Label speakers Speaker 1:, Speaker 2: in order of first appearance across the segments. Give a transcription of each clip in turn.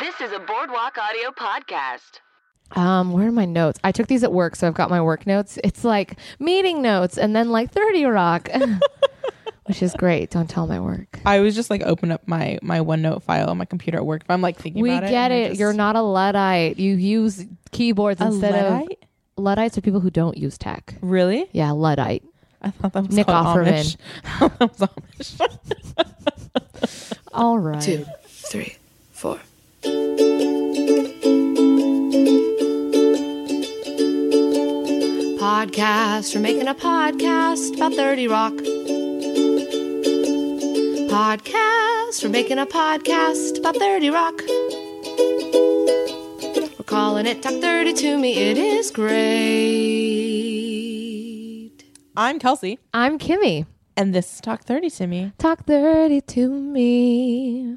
Speaker 1: This is a Boardwalk Audio podcast.
Speaker 2: Um, where are my notes? I took these at work, so I've got my work notes. It's like meeting notes and then like 30 Rock, which is great. Don't tell my work.
Speaker 3: I was just like open up my my OneNote file on my computer at work. If I'm like thinking
Speaker 2: we
Speaker 3: about it,
Speaker 2: get
Speaker 3: and I
Speaker 2: it.
Speaker 3: just-
Speaker 2: You're not a Luddite. You use keyboards
Speaker 3: a
Speaker 2: instead
Speaker 3: Luddite?
Speaker 2: of Luddites are people who don't use tech.
Speaker 3: really.
Speaker 2: Yeah, Luddite.
Speaker 3: I thought that was
Speaker 2: Nick
Speaker 3: called
Speaker 2: Offerman.
Speaker 3: Amish. that was Amish.
Speaker 2: All right.
Speaker 4: three, four. Podcast. We're making a podcast about 30 Rock. Podcast. We're making a podcast about 30 Rock. We're calling it Talk 30 to Me. It is great.
Speaker 3: I'm Kelsey,
Speaker 2: I'm Kimmy.
Speaker 3: and this is Talk Thirty to me.
Speaker 2: Talk 30 to me.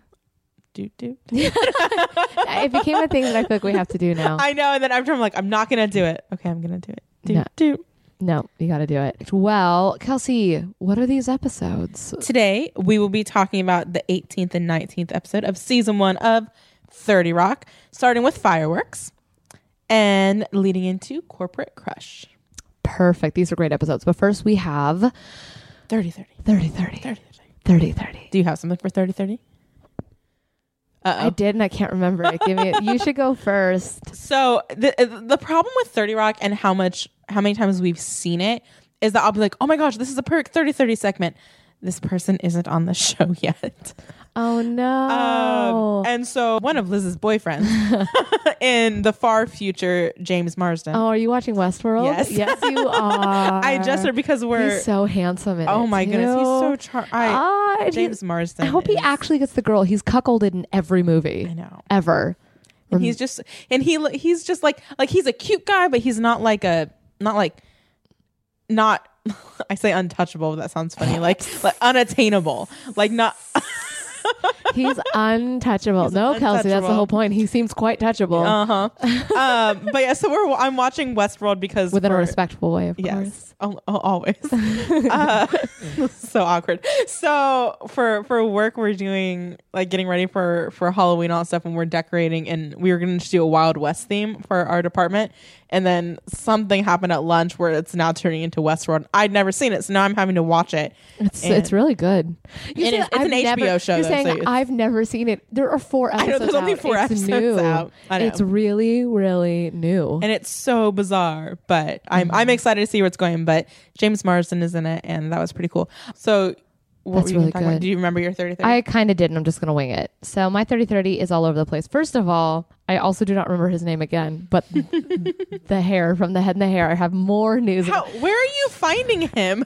Speaker 3: Doot doot.
Speaker 2: It became a thing that I feel like we have to do now.
Speaker 3: I know, and then after I'm like, I'm not gonna do it. Okay, I'm gonna do it. Doot
Speaker 2: No.
Speaker 3: doot.
Speaker 2: No, you got to do it. Well, Kelsey, what are these episodes?
Speaker 3: Today we will be talking about the 18th and 19th episode of season one of 30 Rock, starting with fireworks and leading into corporate crush.
Speaker 2: Perfect. These are great episodes. But first, we have
Speaker 3: 30 30.
Speaker 2: 30 30.
Speaker 3: 30 30.
Speaker 2: 30 30.
Speaker 3: Do you have something for 30 30?
Speaker 2: I
Speaker 3: Uh
Speaker 2: did, and I can't remember it. Give me. You should go first.
Speaker 3: oh. So the the problem with 30 Rock and how much how many times we've seen it is that I'll be like, oh my gosh, this is a perk 30 30 segment. This person isn't on the show yet.
Speaker 2: Oh no. Oh.
Speaker 3: Um, and so one of Liz's boyfriends in the far future, James Marsden.
Speaker 2: oh, are you watching Westworld?
Speaker 3: Yes.
Speaker 2: you are.
Speaker 3: I just are because we're
Speaker 2: He's so handsome. In
Speaker 3: oh
Speaker 2: it,
Speaker 3: my goodness, he's so
Speaker 2: too.
Speaker 3: charming.
Speaker 2: Ah, and he-
Speaker 3: James Marsden.
Speaker 2: I hope he
Speaker 3: is-
Speaker 2: actually gets the girl. He's cuckolded in every
Speaker 3: I
Speaker 2: movie
Speaker 3: know.
Speaker 2: ever.
Speaker 3: And he's just and he he's just like like he's a cute guy, but he's not like a not like not. I say untouchable, but that sounds funny. Like, like unattainable. Like not.
Speaker 2: He's untouchable. no, Kelsey, that's the
Speaker 3: untouchable.
Speaker 2: whole point. He seems quite touchable
Speaker 3: Uh huh. um, but yeah, so we're I'm watching Westworld because
Speaker 2: within a
Speaker 3: we're-
Speaker 2: respectful way, of course.
Speaker 3: Yes, al- al- always. uh, so awkward. So for for work, we're doing like getting ready for for Halloween, all that stuff, and we're decorating, and we were going to do a Wild West theme for our department, and then something happened at lunch where it's now turning into Westworld. I'd never seen it, so now I'm having to watch it.
Speaker 2: It's
Speaker 3: And-
Speaker 2: it's really good. You
Speaker 3: It
Speaker 2: said
Speaker 3: is- it's an
Speaker 2: never-
Speaker 3: HBO show,
Speaker 2: You're
Speaker 3: though,
Speaker 2: saying
Speaker 3: so it's-
Speaker 2: I've never seen it. There are four episodes.
Speaker 3: know, there's only
Speaker 2: out.
Speaker 3: four
Speaker 2: it's
Speaker 3: episodes
Speaker 2: new.
Speaker 3: out. I know.
Speaker 2: It's really really new.
Speaker 3: And it's so bizarre, but I'm
Speaker 2: Mm-hmm.
Speaker 3: I'm excited to see where it's going. But James Marsden is in it, and that was pretty cool. So what
Speaker 2: That's
Speaker 3: were you gonna
Speaker 2: really
Speaker 3: talk about?
Speaker 2: good.
Speaker 3: Do you remember your thirty thirty?
Speaker 2: I kind of did, and I'm just gonna wing it. So my 3030 is all over the place. First of all, I also do not remember his name again, but the hair from the head and the hair. I have more news.
Speaker 3: How, where are you finding him?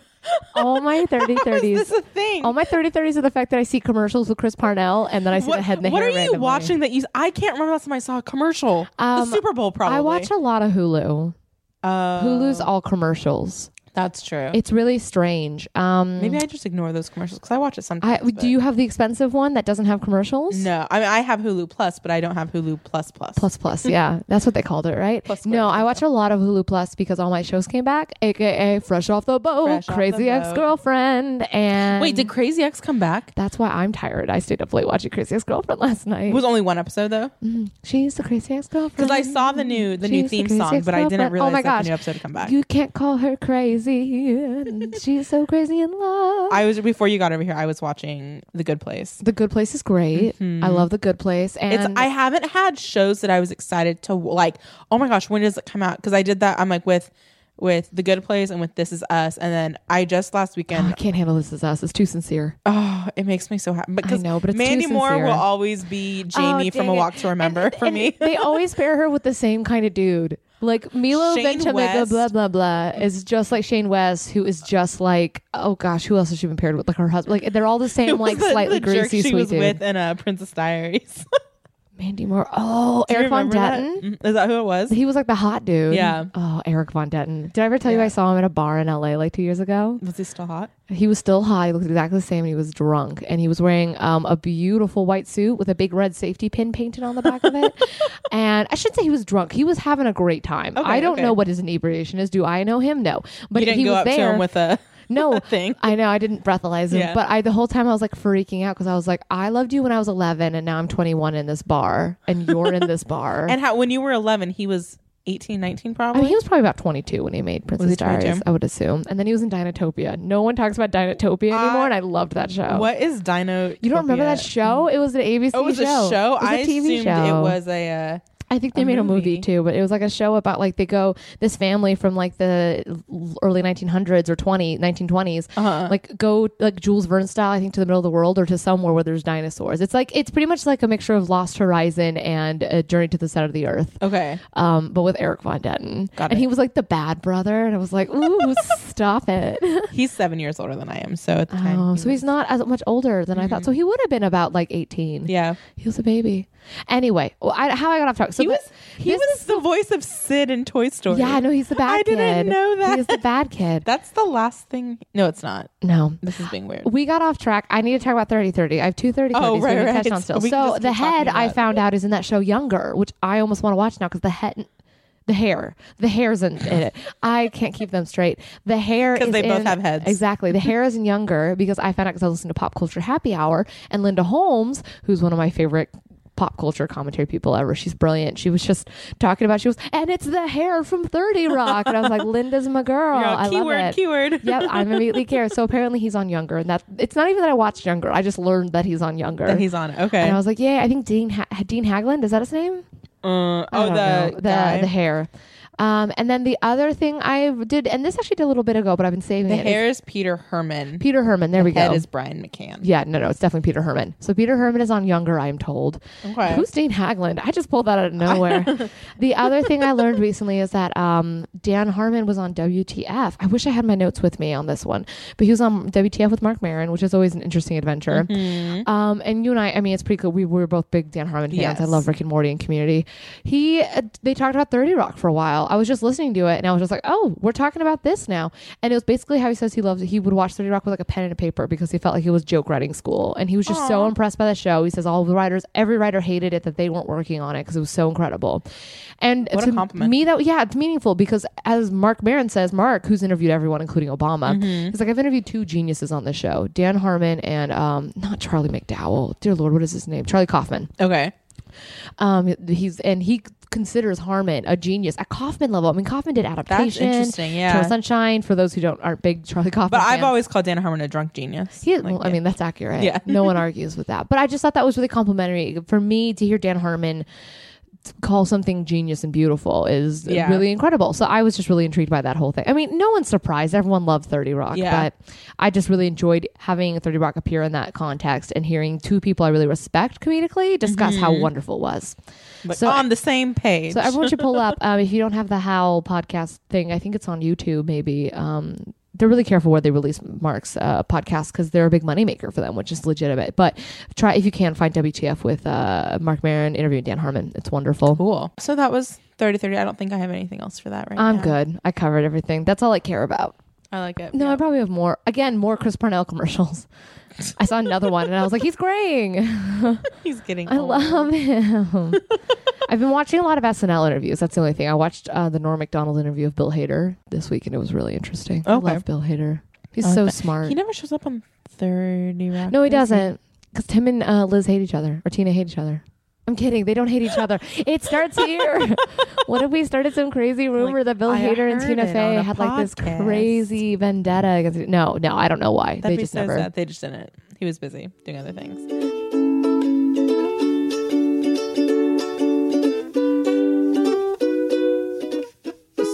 Speaker 2: All my 3030s.
Speaker 3: This is a thing.
Speaker 2: all my 3030s are the fact that I see commercials with Chris Parnell, and then I see
Speaker 3: what
Speaker 2: the head and the
Speaker 3: what
Speaker 2: hair.
Speaker 3: are you
Speaker 2: randomly.
Speaker 3: watching that you? I can't remember last time I saw a commercial.
Speaker 2: Um,
Speaker 3: the Super Bowl, probably.
Speaker 2: I watch a lot of Hulu.
Speaker 3: Uh,
Speaker 2: Hulu's all commercials.
Speaker 3: That's true.
Speaker 2: It's really strange. Um,
Speaker 3: Maybe I just ignore those commercials because I watch
Speaker 2: I,
Speaker 3: it sometimes. but-
Speaker 2: do you have the expensive one that doesn't have commercials?
Speaker 3: No, I mean I have Hulu Plus, but I don't have Hulu Plus Plus.
Speaker 2: Plus plus, yeah, that's what they called it, right?
Speaker 3: Plus
Speaker 2: no,
Speaker 3: Square,
Speaker 2: I watch a lot of Hulu Plus because all my shows came back, aka Fresh Off the Boat,
Speaker 3: Fresh Off the
Speaker 2: Crazy
Speaker 3: Boat.
Speaker 2: Ex Girlfriend, and
Speaker 3: Wait, did Crazy X come back?
Speaker 2: that's why I'm tired. I stayed up late watching Crazy Ex Girlfriend last
Speaker 3: It
Speaker 2: night.
Speaker 3: was only one episode though,
Speaker 2: She's the Crazy Ex Girlfriend
Speaker 3: because I saw the new the new
Speaker 2: She's the
Speaker 3: theme
Speaker 2: Crazy
Speaker 3: song, but I didn't
Speaker 2: Ex-Girlfriend.
Speaker 3: realize
Speaker 2: Oh my
Speaker 3: that
Speaker 2: gosh.
Speaker 3: the new episode had come back.
Speaker 2: You can't call her crazy. and She's so crazy in love.
Speaker 3: I was before you got over here. I was watching The Good Place.
Speaker 2: the Good Place is great. I love The Good Place, and
Speaker 3: Mm-hmm. It's I haven't had shows that I was excited to like. Oh my gosh, when does it come out? Because I did that. I'm like with with the Good Place and with This Is Us, and then I just last
Speaker 2: Oh, I
Speaker 3: weekend.
Speaker 2: can't handle this as us. It's too sincere.
Speaker 3: Oh, it makes me so happy. Because
Speaker 2: know, but it's too
Speaker 3: Mandy Moore
Speaker 2: sincere.
Speaker 3: will always be Jamie
Speaker 2: Oh,
Speaker 3: from
Speaker 2: dang
Speaker 3: A
Speaker 2: it.
Speaker 3: Walk to Remember
Speaker 2: And-
Speaker 3: for
Speaker 2: and
Speaker 3: me.
Speaker 2: they always pair her with the same kind of dude. Like Milo
Speaker 3: Shane
Speaker 2: Ventimiglia,
Speaker 3: West.
Speaker 2: blah blah blah, is just like Shane West, who is just like, oh gosh, who else has she been paired with? Like her husband. Like they're all the same, like
Speaker 3: The-
Speaker 2: slightly
Speaker 3: the jerk
Speaker 2: greasy,
Speaker 3: she
Speaker 2: sweet
Speaker 3: was
Speaker 2: dude.
Speaker 3: with in uh, Princess Diaries.
Speaker 2: Mandy Moore. Oh,
Speaker 3: Do you
Speaker 2: Eric Von
Speaker 3: remember that?
Speaker 2: Detten.
Speaker 3: Mhm. Is that who it was?
Speaker 2: He was like the hot dude.
Speaker 3: Yeah.
Speaker 2: Oh, Eric Von Detten. Did I ever tell you
Speaker 3: Yeah.
Speaker 2: I saw him at a bar in LA like two years ago?
Speaker 3: Was he still hot?
Speaker 2: He was still high, looked exactly the same, and he was drunk. And he was wearing um, a beautiful white suit with a big red safety pin painted on the back of it. and I should say he was drunk. He was having a great time. I don't
Speaker 3: okay.
Speaker 2: know what his inebriation is. Do I know him? No. But
Speaker 3: You didn't
Speaker 2: he
Speaker 3: go
Speaker 2: was
Speaker 3: up
Speaker 2: there.
Speaker 3: to him with a.
Speaker 2: No,
Speaker 3: thing.
Speaker 2: I know I didn't breathalyze him,
Speaker 3: Yeah.
Speaker 2: but I the whole time I was like freaking out because I was like, I loved you when I was 11, and now I'm 21 in this bar, and you're in this bar.
Speaker 3: And how when you were 11, he was 18, 19
Speaker 2: I
Speaker 3: probably.
Speaker 2: mean, he was probably about 22 when he made Princess
Speaker 3: he 22?
Speaker 2: Diaries, I would assume. And then he was in Dinotopia. No one talks about Dinotopia anymore, and I loved that show.
Speaker 3: Uh, what is Dino?
Speaker 2: oh. You don't remember that show?
Speaker 3: Show?
Speaker 2: It was an ABC
Speaker 3: Oh, it was
Speaker 2: show.
Speaker 3: a show.
Speaker 2: It was
Speaker 3: I
Speaker 2: a TV
Speaker 3: assumed
Speaker 2: show.
Speaker 3: it was a. Uh,
Speaker 2: I think they made a movie
Speaker 3: movie.
Speaker 2: too, but it was like a show about like they go this family from like the l- early 1900s or 20 1920s,
Speaker 3: Uh-huh.
Speaker 2: like go like Jules Verne style, I think to the middle of the world or to somewhere where there's dinosaurs. It's like it's pretty much like a mixture of Lost Horizon and a Journey to the Center of the Earth,
Speaker 3: okay.
Speaker 2: um, but with Eric Von Detten.
Speaker 3: Got
Speaker 2: and
Speaker 3: it.
Speaker 2: he was like the bad brother, and I was like, ooh, stop it.
Speaker 3: He's seven years older than I am. So at the time.
Speaker 2: Oh,
Speaker 3: he
Speaker 2: so
Speaker 3: was-
Speaker 2: he's not as much older than I thought. So he would have been about like 18.
Speaker 3: Mm-hmm. Yeah.
Speaker 2: He was a baby. Anyway, well, I, how I got off track. So
Speaker 3: He
Speaker 2: the-
Speaker 3: was. He
Speaker 2: this-
Speaker 3: was the voice of Sid in Toy Story.
Speaker 2: Yeah, no, he's the bad
Speaker 3: I
Speaker 2: kid.
Speaker 3: didn't know that.
Speaker 2: He's the bad kid.
Speaker 3: That's the last thing. No, it's not.
Speaker 2: no.
Speaker 3: This is being weird.
Speaker 2: We got off track. I need to talk about 3030. I have two 3030s
Speaker 3: Oh,
Speaker 2: we
Speaker 3: right,
Speaker 2: can
Speaker 3: right.
Speaker 2: catch on still.
Speaker 3: We can
Speaker 2: So
Speaker 3: just
Speaker 2: the
Speaker 3: keep talking
Speaker 2: head I
Speaker 3: about it.
Speaker 2: found out is in that show Younger, which I almost want to watch now because the head, the hair, the hair's in, in it. I can't keep them straight. The hair
Speaker 3: 'Cause
Speaker 2: is
Speaker 3: they both
Speaker 2: in-
Speaker 3: have heads.
Speaker 2: Exactly. The hair is in Younger because I found out because I was listening to Pop Culture Happy Hour and Linda Holmes, who's one of my favorite pop culture commentary people ever. She's brilliant. She was just talking about she was and it's the hair from 30 Rock and I was like Linda's my girl.
Speaker 3: You're all,
Speaker 2: I
Speaker 3: keyword,
Speaker 2: love it.
Speaker 3: keyword.
Speaker 2: yep, I'm immediately curious. So apparently he's on Younger, and that it's not even that I watched Younger. I just learned that he's on Younger.
Speaker 3: That he's on it. Okay.
Speaker 2: and I was like, yeah, I think Dean ha- Dean Haglund is that his name?
Speaker 3: Uh,
Speaker 2: I
Speaker 3: oh,
Speaker 2: don't
Speaker 3: the
Speaker 2: know.
Speaker 3: guy.
Speaker 2: the the hair. Um, and then the other thing I did, and this actually did a little bit ago, but I've been saving
Speaker 3: The
Speaker 2: it, is
Speaker 3: hair is Peter Herman.
Speaker 2: Peter Herman. There we go.
Speaker 3: Head is Brian McCann.
Speaker 2: yeah, no, no, it's definitely Peter Herman. So Peter Herman is on Younger, I am told.
Speaker 3: Okay.
Speaker 2: Who's Dean Haglund? I just pulled that out of nowhere. the other thing I learned recently is that um, Dan Harmon was on WTF. I wish I had my notes with me on this one, but he was on WTF with Mark Maron, which is always an interesting adventure.
Speaker 3: Mm-hmm.
Speaker 2: Um, and you and I, I mean, it's pretty cool. We were both big Dan Harmon fans. I
Speaker 3: Yes.
Speaker 2: love Rick and Morty and Community. He, uh, they talked about Thirty Rock for a while. I was just listening to it, and I was just like, oh, we're talking about this now. And it was basically how he says he loves. He would watch Thirty Rock with like a pen and a paper because he felt like it was joke writing school, and he was just so impressed by the show. He says all the writers, every writer hated it that they weren't working on it because it was so incredible. And
Speaker 3: What a
Speaker 2: to
Speaker 3: compliment.
Speaker 2: me, that yeah, it's meaningful because as Mark Maron says, Mark, who's interviewed everyone, including Obama,
Speaker 3: Mm-hmm.
Speaker 2: he's like, I've interviewed two geniuses on this show, Dan Harmon and um, not Charlie McDowell. Dear Lord, what is his name? Charlie Kaufman.
Speaker 3: Okay.
Speaker 2: Um, he's and he considers Harmon a genius at Kaufman level. I mean, Kaufman did adaptation,
Speaker 3: interesting, yeah.
Speaker 2: Eternal Sunshine. For those who don't aren't big Charlie Kaufman,
Speaker 3: But I've
Speaker 2: fans.
Speaker 3: always called Dan Harmon a drunk genius.
Speaker 2: He,
Speaker 3: Like,
Speaker 2: well, I
Speaker 3: yeah.
Speaker 2: mean, that's accurate.
Speaker 3: Yeah.
Speaker 2: no one argues with that. But I just thought that was really complimentary for me to hear Dan Harmon t- call something genius and beautiful is
Speaker 3: Yeah.
Speaker 2: really incredible. So I was just really intrigued by that whole thing. I mean, no one's surprised. Everyone loved 30 Rock,
Speaker 3: Yeah.
Speaker 2: but I just really enjoyed having 30 Rock appear in that context and hearing two people I really respect comedically discuss how
Speaker 3: Mm-hmm.
Speaker 2: wonderful it was.
Speaker 3: Like,
Speaker 2: so-
Speaker 3: on the same page.
Speaker 2: So everyone should pull up. Um, if you don't have the Howl podcast thing, I think it's on YouTube. Maybe um, they're really careful where they release Mark's uh, podcast because they're a big moneymaker for them, which is legitimate. But try if you can find WTF with uh, Mark Maron interviewing Dan Harmon. It's wonderful.
Speaker 3: cool. So that was 30 30. I don't think I have anything else for that right
Speaker 2: I'm
Speaker 3: now.
Speaker 2: good. I covered everything. That's all I care about.
Speaker 3: I like it.
Speaker 2: No,
Speaker 3: Yeah.
Speaker 2: I probably have more. Again, more Chris Parnell commercials. I saw another one and I was like, he's graying.
Speaker 3: he's getting
Speaker 2: I
Speaker 3: old.
Speaker 2: love him. I've been watching a lot of SNL interviews. That's the only thing. I watched uh, the Norm Macdonald interview of Bill Hader this week, and it was really interesting. I
Speaker 3: Okay.
Speaker 2: love Bill Hader. He's
Speaker 3: I like
Speaker 2: so
Speaker 3: that.
Speaker 2: smart.
Speaker 3: He never shows up on 30 Rock.
Speaker 2: no, he
Speaker 3: does
Speaker 2: doesn't. Because Tim and uh, Liz hate each other, or Tina hate each other. I'm kidding. They don't hate each other. It starts here. what if we started some crazy rumor that Bill
Speaker 3: I
Speaker 2: Hader and
Speaker 3: heard
Speaker 2: Tina
Speaker 3: it on
Speaker 2: Fey
Speaker 3: a
Speaker 2: had like this
Speaker 3: podcast.
Speaker 2: crazy vendetta against? No, no, I don't know why.
Speaker 3: That'd
Speaker 2: they
Speaker 3: be
Speaker 2: just
Speaker 3: so
Speaker 2: never.
Speaker 3: sad. They just didn't. He was busy doing other things.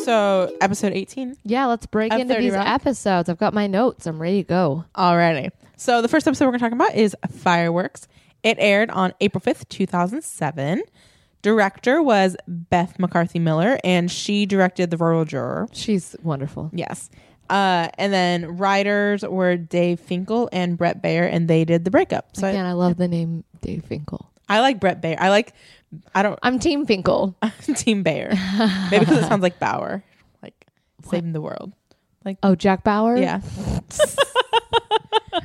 Speaker 3: So episode 18
Speaker 2: Yeah, let's break
Speaker 3: Of
Speaker 2: into
Speaker 3: 30
Speaker 2: these
Speaker 3: Rock?
Speaker 2: episodes. I've got my notes. I'm ready to go.
Speaker 3: already. So the first episode we're going to talk about is Fireworks. It aired on April 5th, 2007. Director was Beth McCarthy Miller, and she directed The Royal Juror.
Speaker 2: She's wonderful.
Speaker 3: Yes. Uh, and then writers were Dave Finkel and Brett Bayer, and they did the breakup. So
Speaker 2: Again, I love the name Dave Finkel.
Speaker 3: I, I like Brett Bayer. I like, I don't,
Speaker 2: I'm Team Finkel.
Speaker 3: Team Bayer. Maybe because it sounds like Bauer, like saving the world.
Speaker 2: Oh, Jack Bauer.
Speaker 3: Yeah.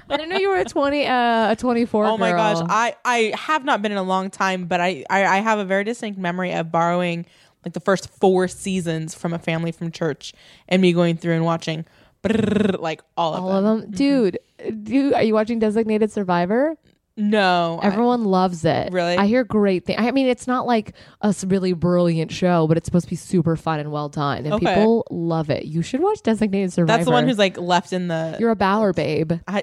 Speaker 2: I didn't know you were a twenty, uh, a twenty-four.
Speaker 3: Oh my gosh,
Speaker 2: girl.
Speaker 3: I I have not been in a long time, but I, I I have a very distinct memory of borrowing like the first four seasons from a family from church and me going through and watching. brrr, like all of
Speaker 2: All
Speaker 3: them.
Speaker 2: of them, dude. Do are you watching Designated Survivor?
Speaker 3: No, I-
Speaker 2: Everyone loves it.
Speaker 3: Really?
Speaker 2: I hear great things. I mean, it's not like a s- really brilliant show, but it's supposed to be super fun and well done, and
Speaker 3: Okay.
Speaker 2: people love it. You should watch Designated Survivor.
Speaker 3: that's the one who's like left in the.
Speaker 2: you're a Bower babe.
Speaker 3: I,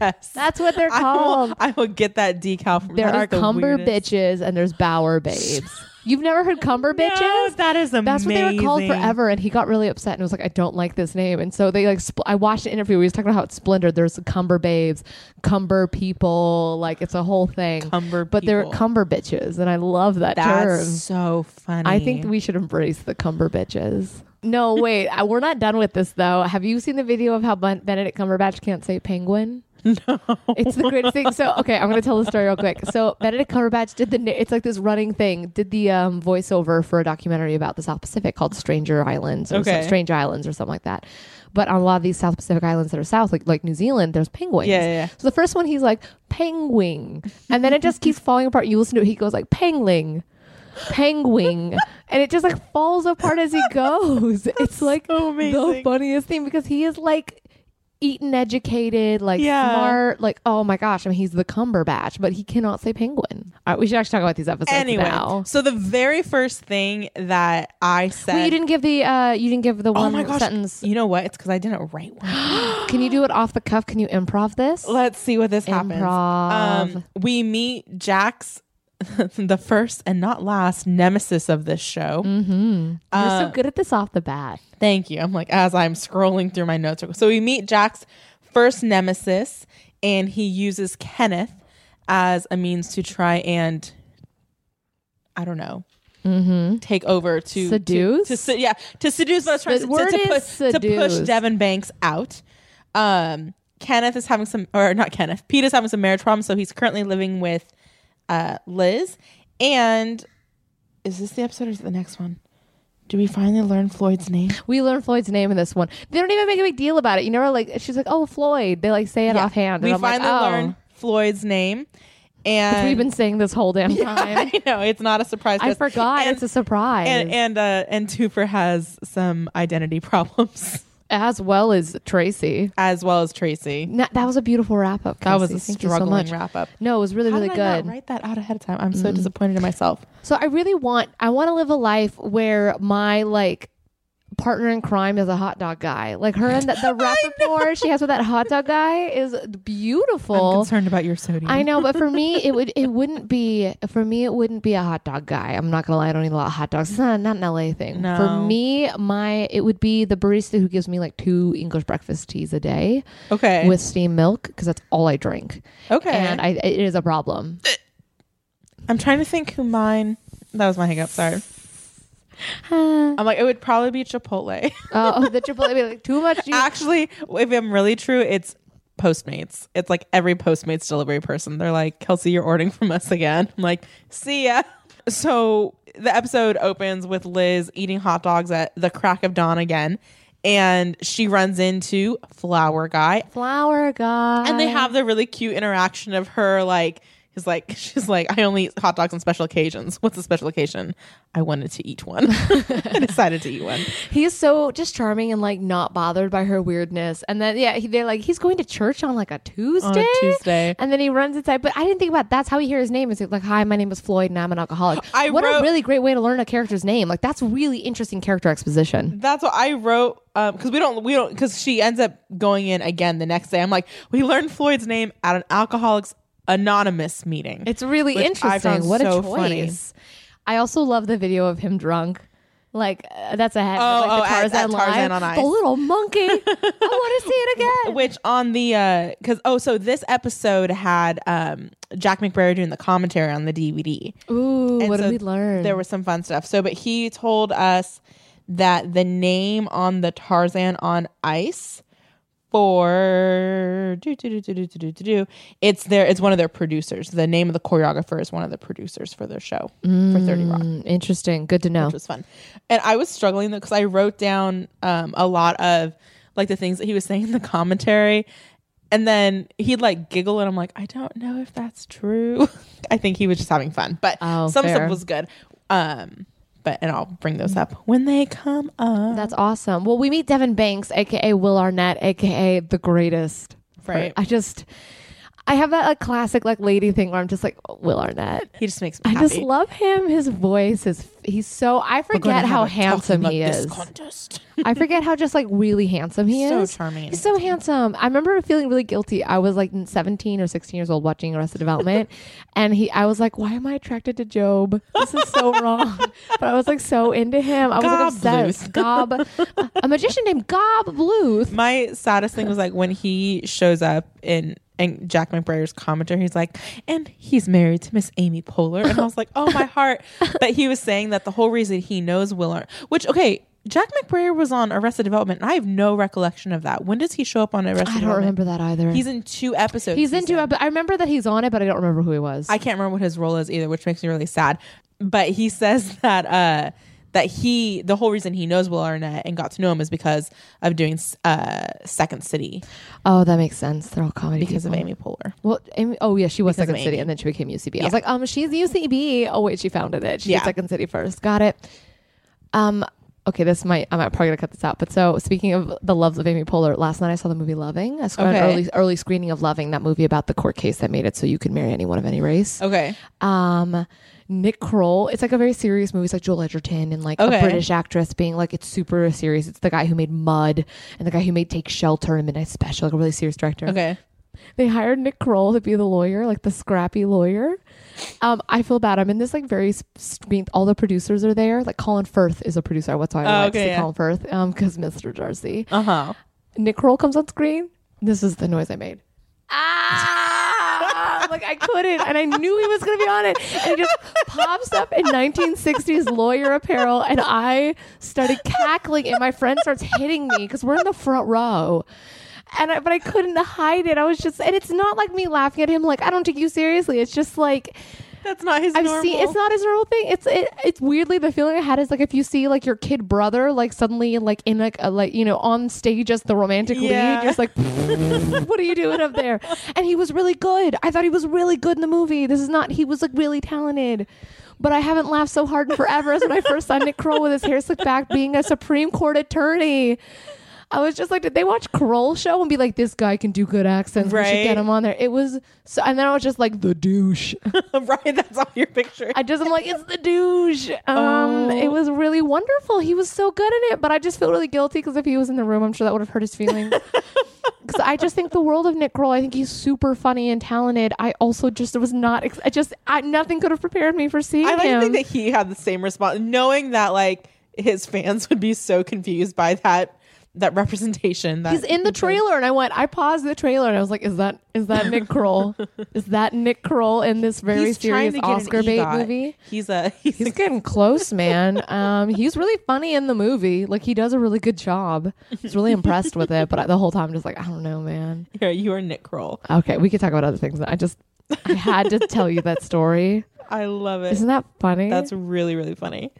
Speaker 3: yes,
Speaker 2: That's what they're
Speaker 3: I
Speaker 2: called.
Speaker 3: will, I will get that decal from.
Speaker 2: There
Speaker 3: that
Speaker 2: are
Speaker 3: is the
Speaker 2: Cumber
Speaker 3: weirdest-
Speaker 2: bitches and there's Bower babes. You've never heard Cumber
Speaker 3: No,
Speaker 2: bitches?
Speaker 3: that is amazing.
Speaker 2: That's what they were called forever. And he got really upset and was like, I don't like this name. And so they like, spl- I watched an interview where he was talking about how it's splintered. There's Cumber babes, Cumber people. Like it's a whole thing.
Speaker 3: Cumber
Speaker 2: but they're
Speaker 3: people.
Speaker 2: Cumber bitches. And I love that
Speaker 3: That's
Speaker 2: term.
Speaker 3: so funny.
Speaker 2: I think we should embrace the Cumber bitches. No, wait, I- we're not done with this though. Have you seen the video of how Ben- Benedict Cumberbatch can't say penguin? No, it's the greatest thing. So, okay, I'm gonna tell the story real quick. So, Benedict Cumberbatch did the. na- It's like this running thing. Did the um, voiceover for a documentary about the South Pacific called Stranger Islands or some-
Speaker 3: Okay.
Speaker 2: Strange Islands or something like that. But on a lot of these South Pacific islands that are south, like like New Zealand, there's penguins.
Speaker 3: Yeah, yeah, yeah.
Speaker 2: So the first one, he's like penguin, and then it just keeps falling apart. You listen to it, he goes like pangling penguin and it just like falls apart as he goes it's like
Speaker 3: so
Speaker 2: the
Speaker 3: amazing.
Speaker 2: funniest thing because he is like eaten educated like
Speaker 3: Yeah.
Speaker 2: smart like oh my gosh i mean he's the cumberbatch but he cannot say penguin all right we should actually talk about these episodes
Speaker 3: Anyway,
Speaker 2: now
Speaker 3: so the very first thing that I said.
Speaker 2: well, you didn't give the uh you didn't give the
Speaker 3: Oh
Speaker 2: one
Speaker 3: my gosh!
Speaker 2: sentence
Speaker 3: You know what? It's because I didn't write one.
Speaker 2: can you do it off the cuff can you improv this
Speaker 3: Let's see what this happens.
Speaker 2: Improv.
Speaker 3: Um, we meet Jack's, the first and not last nemesis of this show.
Speaker 2: you're
Speaker 3: uh,
Speaker 2: so good at this off the bat
Speaker 3: Thank you. I'm like, as I'm scrolling through my notes. So we meet Jack's first nemesis, and he uses Kenneth as a means to try and, I don't know, take over to
Speaker 2: Mm-hmm. Seduce?
Speaker 3: To, to, se- yeah, to seduce. What I was trying
Speaker 2: The
Speaker 3: to,
Speaker 2: word
Speaker 3: to, to,
Speaker 2: is
Speaker 3: pu- to push
Speaker 2: seduce.
Speaker 3: Devin Banks out. Um, Kenneth is having some, or not Kenneth, Pete is having some marriage problems, so he's currently living with uh, Liz. And is this the episode or is it the next one? Do we finally learn Floyd's name?
Speaker 2: we learned floyd's name in this one they don't even make a big deal about it you never like she's like oh floyd they like say it
Speaker 3: Yeah.
Speaker 2: offhand
Speaker 3: We
Speaker 2: and i'm
Speaker 3: finally
Speaker 2: like oh
Speaker 3: learned Floyd's name, and
Speaker 2: Which we've been saying this whole damn time.
Speaker 3: I know it's not a surprise. to
Speaker 2: I
Speaker 3: us.
Speaker 2: forgot.
Speaker 3: And-
Speaker 2: it's a surprise.
Speaker 3: And and uh, and Tooper has some identity problems
Speaker 2: as well as Tracy.
Speaker 3: as well as Tracy.
Speaker 2: No, that was a beautiful wrap up.
Speaker 3: That was
Speaker 2: Casey.
Speaker 3: a
Speaker 2: Thank you so
Speaker 3: struggling
Speaker 2: much.
Speaker 3: wrap up.
Speaker 2: No, it was really,
Speaker 3: How
Speaker 2: really
Speaker 3: did
Speaker 2: good. Mm.
Speaker 3: I not write that out ahead of time. I'm so disappointed in myself.
Speaker 2: So I really want I want to live a life where my like partner in crime is a hot dog guy. Like her and the, the rapport she has with that hot dog guy is
Speaker 3: I'm
Speaker 2: beautiful.
Speaker 3: concerned about your sodium.
Speaker 2: I know, but for me, it would it wouldn't be for me. It wouldn't be a hot dog guy. I'm not gonna lie. I don't eat a lot of hot dogs. It's not, not an LA thing.
Speaker 3: No.
Speaker 2: For me, my it would be the barista who gives me like two English breakfast teas a day
Speaker 3: Okay.
Speaker 2: with steamed milk because that's all I drink.
Speaker 3: okay.
Speaker 2: And I, it is a problem.
Speaker 3: I'm trying to think who mine. That was my hiccup. Sorry. I'm like it would probably be Chipotle.
Speaker 2: Oh, the triple I mean, like too much. juice.
Speaker 3: Actually, if I'm really true, it's Postmates. It's like every Postmates delivery person. They're like, Kelsey, you're ordering from us again. I'm like, see ya. So the episode opens with Liz eating hot dogs at the crack of dawn again. And she runs into Flower Guy.
Speaker 2: Flower guy.
Speaker 3: And they have the really cute interaction of her like he's like she's like, I only eat hot dogs on special occasions. What's a special occasion? I wanted to eat one. I decided to eat one.
Speaker 2: He is so just charming and like not bothered by her weirdness. And then yeah, he, they're like he's going to church on like a Tuesday.
Speaker 3: Tuesday.
Speaker 2: And then he runs inside. But I didn't think about that's how he hears his name. It's like, hi, my name is Floyd and I'm an alcoholic.
Speaker 3: I
Speaker 2: what a
Speaker 3: wrote-
Speaker 2: really great way to learn a character's name. Like that's really interesting character exposition.
Speaker 3: That's what I wrote because we don't we don't because she ends up going in again the next day. I'm like, we learned Floyd's name at an Alcoholics Anonymous meeting.
Speaker 2: It's really
Speaker 3: Which I
Speaker 2: interesting.
Speaker 3: found
Speaker 2: What
Speaker 3: so
Speaker 2: a choice.
Speaker 3: funny.
Speaker 2: I also love the video of him drunk. Like uh, that's a head.
Speaker 3: Oh,
Speaker 2: like, the
Speaker 3: oh, at-
Speaker 2: Tarzan,
Speaker 3: at Tarzan
Speaker 2: line.
Speaker 3: on
Speaker 2: The
Speaker 3: Ice.
Speaker 2: little monkey. I want to see it again.
Speaker 3: which on the because oh so this episode had um Jack McBrayer doing the commentary on the DVD.
Speaker 2: Ooh,
Speaker 3: And
Speaker 2: what
Speaker 3: so
Speaker 2: did we learn?
Speaker 3: There was some fun stuff. So, but he told us that the name on the Tarzan on Ice for do, do, do, do, do, do, do, do, do, it's their it's one of their producers. The name of the choreographer is one of the producers for their show for Thirty Rock, which
Speaker 2: Mm, interesting. Good to know.
Speaker 3: was fun. And I was struggling because I wrote down um, a lot of like the things that he was saying in the commentary. And then he'd like giggle, and I'm like, I don't know if that's true. I think he was just having fun, but
Speaker 2: Oh,
Speaker 3: some
Speaker 2: fair.
Speaker 3: stuff was good. Um, But and I'll bring those up when they come up.
Speaker 2: That's awesome. Well, we meet Devin Banks, aka Will Arnett, aka the greatest.
Speaker 3: Right.
Speaker 2: I just, I have that like, classic like lady thing where I'm just like Will Arnett.
Speaker 3: He just makes me
Speaker 2: I
Speaker 3: happy.
Speaker 2: just love him. His voice is he's so I forget how handsome he is.
Speaker 3: contest.
Speaker 2: I forget how just like really handsome he
Speaker 3: So
Speaker 2: is.
Speaker 3: charming and
Speaker 2: He's so handsome. I remember feeling really guilty. I was like 17 or 16 years old watching Arrested Development and he I was like, "Why am I attracted to Job? This is so wrong." But I was like so into him. I was
Speaker 3: Gob
Speaker 2: like obsessed. Gob a magician named Gob Bluth.
Speaker 3: My saddest thing was like when he shows up in and Jack McBrayer's commenter, he's like, and he's married to Miss Amy Poehler. And I was like, oh, my heart. But he was saying that the whole reason he knows Willard, which, okay, Jack McBrayer was on Arrested Development, and I have no recollection of that. When does he show up on Arrested
Speaker 2: I don't
Speaker 3: Development?
Speaker 2: remember that either.
Speaker 3: He's in two episodes.
Speaker 2: He's into
Speaker 3: said.
Speaker 2: it, but I remember that he's on it, but I don't remember who he was.
Speaker 3: I can't remember what his role is either, which makes me really sad. But he says that uh, that he the whole reason he knows Will Arnett and got to know him is because of doing uh, Second City
Speaker 2: oh, that makes sense. They're all comedy
Speaker 3: because of
Speaker 2: people.
Speaker 3: Amy Poehler.
Speaker 2: Well, Amy, oh yeah, she was
Speaker 3: Because of
Speaker 2: Second City,
Speaker 3: Amy.
Speaker 2: and then she became UCB. I was like, um, she's UCB. Oh wait, she founded it. She
Speaker 3: Yeah.
Speaker 2: did Second City first. Got it. Um, okay, this might I'm probably gonna cut this out. But so speaking of the loves of Amy Poehler, last night I saw the movie Loving. I saw an
Speaker 3: Okay.
Speaker 2: early early screening of Loving, that movie about the court case that made it so you could marry anyone of any race.
Speaker 3: Okay,
Speaker 2: Um, Nick Kroll. It's like a very serious movie. It's like Joel Edgerton and like
Speaker 3: Okay.
Speaker 2: a British actress being like it's super serious. It's the guy who made Mud and the guy who made Take Shelter and Midnight Special, like a really serious director
Speaker 3: okay.
Speaker 2: they hired Nick Kroll to be the lawyer, like the scrappy lawyer. Um, I feel bad. I'm in this like very s- screen. All the producers are there. Like Colin Firth is a producer. What's why I
Speaker 3: Oh,
Speaker 2: like
Speaker 3: okay,
Speaker 2: to see
Speaker 3: yeah.
Speaker 2: Colin Firth um because Mr. Darcy.
Speaker 3: Uh huh.
Speaker 2: Nick Kroll comes on screen. This is the noise I made. Ah! like I couldn't, and I knew he was gonna be on it. And he just pops up in 1960s lawyer apparel, and I started cackling, and my friend starts hitting me because we're in the front row. And I, but I couldn't hide it. I was just, and it's not like me laughing at him. Like I don't take you seriously. It's just like
Speaker 3: That's not his.
Speaker 2: I've
Speaker 3: normal.
Speaker 2: seen. It's not his normal thing. It's it, it's weirdly the feeling I had is like if you see like your kid brother like suddenly like in like a, like you know on stage as the romantic
Speaker 3: Yeah.
Speaker 2: lead, you're just like, what are you doing up there? And he was really good. I thought he was really good in the movie. This is not. He was like really talented. But I haven't laughed so hard in forever as when I first saw Nick Kroll with his hair slicked back being a Supreme Court attorney. I was just like, did they watch Kroll show and be like, this guy can do good accents? We should
Speaker 3: Right.
Speaker 2: get him on there. It was so, and then I was just like, the douche.
Speaker 3: right. That's all your picture.
Speaker 2: I just am like, it's the douche. Um,
Speaker 3: Oh.
Speaker 2: it was really wonderful. He was so good in it, but I just feel really guilty because if he was in the room, I'm sure that would have hurt his feelings. Because I just think the world of Nick Kroll. I think he's super funny and talented. I also just was not. Ex- I just I, nothing could have prepared me for seeing
Speaker 3: I like to
Speaker 2: him.
Speaker 3: think that he had the same response, knowing that like his fans would be so confused by that that representation. That
Speaker 2: he's in the trailer, and I went. I paused the trailer, and I was like, "Is that is that Nick Kroll? is that Nick Kroll in this very
Speaker 3: He's trying
Speaker 2: serious
Speaker 3: to get an
Speaker 2: Oscar bait
Speaker 3: EGOT.
Speaker 2: movie?"
Speaker 3: He's a he's,
Speaker 2: He's
Speaker 3: a,
Speaker 2: getting close, man. Um, he's really funny in the movie. Like he does a really good job. I was really impressed with it, but I, the whole time I'm just like, I don't know, man.
Speaker 3: here, you are Nick Kroll.
Speaker 2: Okay, we could talk about other things. I just I had to tell you that story.
Speaker 3: I love it.
Speaker 2: Isn't that Mm. funny?
Speaker 3: That's really really funny.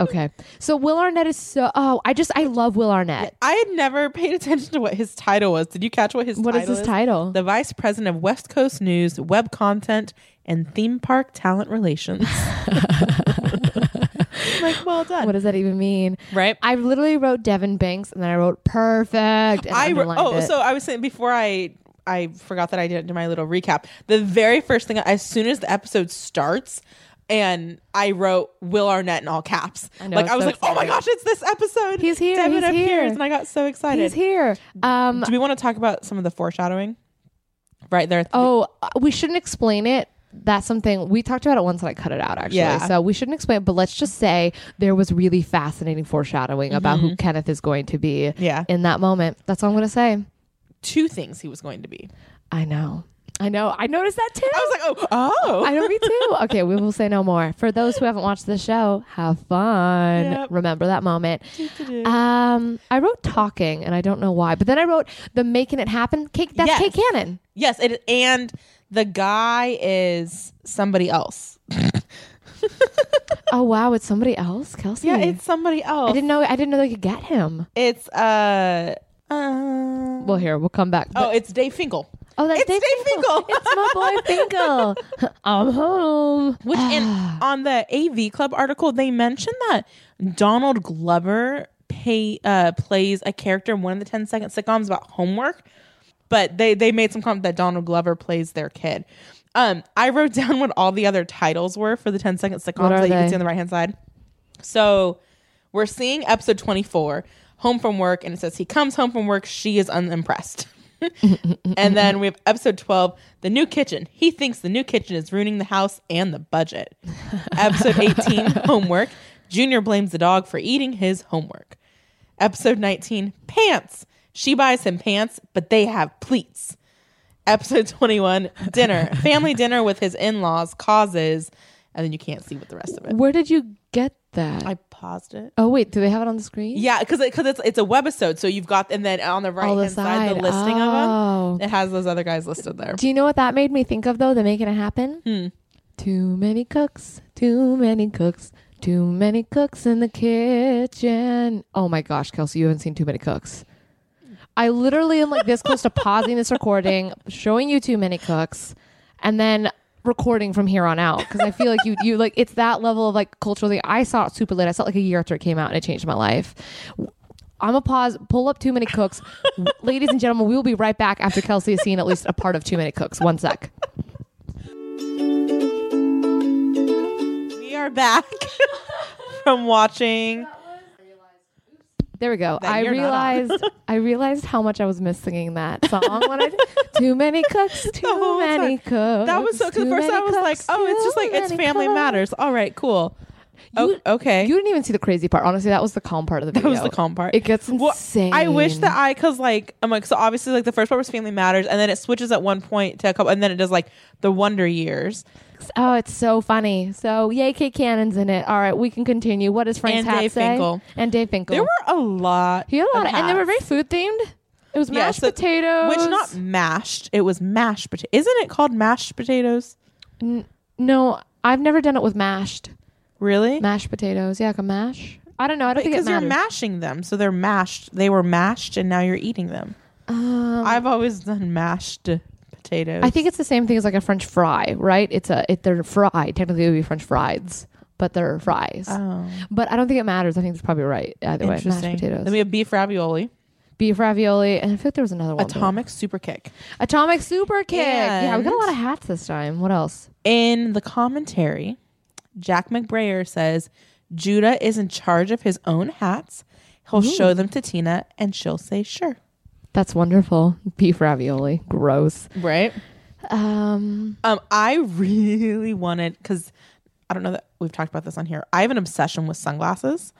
Speaker 2: okay. So Will Arnett is so. Oh, I just I love Will Arnett.
Speaker 3: I had never paid attention to what his title was. Did you catch what his
Speaker 2: What
Speaker 3: title
Speaker 2: is his title?
Speaker 3: The Vice President of West Coast News, Web Content, and Theme Park Talent Relations. I'm like, well done.
Speaker 2: What does that even mean?
Speaker 3: right?
Speaker 2: I literally wrote Devin Banks and then I wrote perfect. And
Speaker 3: I
Speaker 2: underlined
Speaker 3: oh,
Speaker 2: it.
Speaker 3: so I was saying before I I forgot that I didn't do my little recap. The very first thing, as soon as the episode starts, and I wrote Will Arnett in all caps.
Speaker 2: know,
Speaker 3: like
Speaker 2: it's
Speaker 3: I was
Speaker 2: so
Speaker 3: like, oh my
Speaker 2: exciting.
Speaker 3: gosh, it's this episode.
Speaker 2: He's here,
Speaker 3: Devin
Speaker 2: he's
Speaker 3: appears,
Speaker 2: here.
Speaker 3: and I got so excited.
Speaker 2: he's here. Um,
Speaker 3: Do we want to talk about some of the foreshadowing? Right there. At the
Speaker 2: Oh, uh, we shouldn't explain it. That's something we talked about it once and I cut it out actually.
Speaker 3: Yeah.
Speaker 2: So we shouldn't explain it, but let's just say there was really fascinating foreshadowing about who Kenneth is going to be
Speaker 3: Yeah.
Speaker 2: in that moment. That's all I'm going to say.
Speaker 3: two things he was going to be.
Speaker 2: I know. I know. I noticed that too.
Speaker 3: I was like, oh, oh.
Speaker 2: I know me too. Okay, we will say no more. For those who haven't watched the show, have fun.
Speaker 3: Yep.
Speaker 2: Remember that moment. Um, I wrote talking, and I don't know why, but then I wrote the making it happen. Kate, that's
Speaker 3: Yes.
Speaker 2: Kate Cannon.
Speaker 3: yes, it, and the guy is somebody else.
Speaker 2: Oh wow, it's somebody else, Kelsey.
Speaker 3: Yeah, it's somebody
Speaker 2: I
Speaker 3: else.
Speaker 2: didn't know. I didn't know they could get him.
Speaker 3: It's uh, uh
Speaker 2: Well, here we'll come back.
Speaker 3: oh, Uh, it's Dave Finkel.
Speaker 2: Oh, that's
Speaker 3: It's
Speaker 2: Dave,
Speaker 3: Dave Finkel.
Speaker 2: it's my boy Finkel. I'm home.
Speaker 3: Which in on the AV Club article they mentioned that Donald Glover pay uh, plays a character in one of the 10 second sitcoms about homework, but they they made some comment that Donald Glover plays their kid. Um, I wrote down what all the other titles were for the 10 second sitcoms
Speaker 2: What are
Speaker 3: that you
Speaker 2: they?
Speaker 3: can see on the right hand side. So we're seeing episode 24, Home from Work, and it says he comes home from work, she is unimpressed. and then we have episode 12, The New Kitchen. He thinks the new kitchen is ruining the house and the budget. episode 18, Homework. Junior blames the dog for eating his homework. Episode 19, Pants. She buys him pants, but they have pleats. Episode 21, Dinner. Family dinner with his in laws causes, and then you can't see what the rest of it.
Speaker 2: Where did you get that?
Speaker 3: I paused it.
Speaker 2: oh wait, do they have it on the screen?
Speaker 3: Yeah, because because it's it's a webisode, so you've got and then on the right hand side, the
Speaker 2: side.
Speaker 3: listing
Speaker 2: Oh.
Speaker 3: of them. It has those other guys listed there.
Speaker 2: Do you know what that made me think of though? The making it happen.
Speaker 3: Hmm.
Speaker 2: Too many cooks. Too many cooks. Too many cooks in the kitchen. Oh my gosh, Kelsey, you haven't seen too many cooks. I literally am like this close to pausing this recording, showing you too many cooks, and then recording from here on out because I feel like you you like it's that level of like cultural thing. I saw it super late. I saw it like a year after it came out, and it changed my life. I'm a pause. Pull up too many cooks, ladies and gentlemen. We will be right back after Kelsey has seen at least a part of too many cooks. One sec.
Speaker 3: We are back from watching.
Speaker 2: There we go.
Speaker 3: Then
Speaker 2: I
Speaker 3: you're not on.
Speaker 2: realized I realized how much I was miss singing that song when I too many cooks, too
Speaker 3: whole
Speaker 2: many
Speaker 3: time.
Speaker 2: cooks.
Speaker 3: That was so because
Speaker 2: Oh, too
Speaker 3: first
Speaker 2: many
Speaker 3: I was like,
Speaker 2: cooks,
Speaker 3: oh, it's
Speaker 2: too
Speaker 3: just like it's
Speaker 2: many
Speaker 3: Family
Speaker 2: cooks."
Speaker 3: Matters. All right, cool.
Speaker 2: You-
Speaker 3: oh, okay.
Speaker 2: You didn't even see the crazy part. Honestly, that was the calm part of the video.
Speaker 3: That was the calm part.
Speaker 2: It gets
Speaker 3: Well,
Speaker 2: insane.
Speaker 3: I wish that I, cause like I'm like so obviously like the first part was Family Matters, and then it switches at one point to a couple, and then it does like the Wonder Years.
Speaker 2: Oh, it's so funny. So yay, Kate Cannon's in it. All right, we can continue. What does Frank's
Speaker 3: And
Speaker 2: hat
Speaker 3: Dave
Speaker 2: say?
Speaker 3: Finkel.
Speaker 2: And Dave Finkel.
Speaker 3: There were a lot.
Speaker 2: he had a lot,
Speaker 3: of
Speaker 2: of, and they were very
Speaker 3: hats.
Speaker 2: food themed. It was
Speaker 3: Yeah,
Speaker 2: mashed
Speaker 3: so-
Speaker 2: potatoes,
Speaker 3: Which not mashed. It was mashed potato. Isn't it called mashed potatoes?
Speaker 2: No, I've never done it with mashed
Speaker 3: Really?
Speaker 2: mashed potatoes. Yeah, like a mash. I don't know. I don't think it
Speaker 3: Because you're
Speaker 2: matters.
Speaker 3: mashing them, so they're mashed. They were mashed, and now you're eating them.
Speaker 2: Um,
Speaker 3: I've always done mashed potatoes.
Speaker 2: I think it's the same thing as like a French fry, right? It's a it, they're fried. Technically, it would be French fries, but they're fries.
Speaker 3: Oh,
Speaker 2: But I don't think it matters. I think it's probably right either way. Mashed
Speaker 3: interesting.
Speaker 2: potatoes,
Speaker 3: Then we have beef ravioli,
Speaker 2: beef ravioli, and I feel like there was another one. but-
Speaker 3: atomic super kick.
Speaker 2: atomic super kick. yeah, we got a lot of
Speaker 3: And-
Speaker 2: hats this time. What else?
Speaker 3: In the commentary, Jack McBrayer says Judah is in charge of his own hats. He'll show them to Tina, and she'll say sure.
Speaker 2: That's wonderful. Beef ravioli, gross.
Speaker 3: Right.
Speaker 2: Um,
Speaker 3: Um, I really wanted because I don't know that we've talked about this on here. I have an obsession with sunglasses,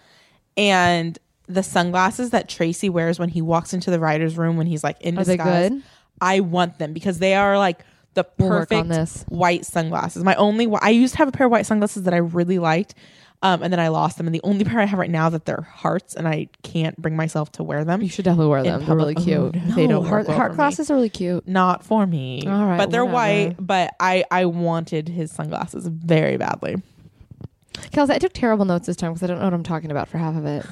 Speaker 3: and the sunglasses that Tracy wears when he walks into the writer's room when he's like in
Speaker 2: Are they
Speaker 3: disguise.
Speaker 2: good?
Speaker 3: I want them because they are like the
Speaker 2: We'll work on
Speaker 3: perfect
Speaker 2: this.
Speaker 3: white sunglasses. My only wh- I used to have a pair of white sunglasses that I really liked. Um, and then I lost them, and the only pair I have right now that they're hearts, and I can't bring myself to wear them.
Speaker 2: you should definitely wear
Speaker 3: In
Speaker 2: them. They're really
Speaker 3: public- oh,
Speaker 2: cute.
Speaker 3: no, they don't
Speaker 2: heart,
Speaker 3: work well
Speaker 2: heart
Speaker 3: for me.
Speaker 2: glasses are really cute.
Speaker 3: not for me.
Speaker 2: All right,
Speaker 3: but they're
Speaker 2: whatever.
Speaker 3: white. But I I wanted his sunglasses very badly.
Speaker 2: Kelsey, I took terrible notes this time because I don't know what I'm talking about for half of it.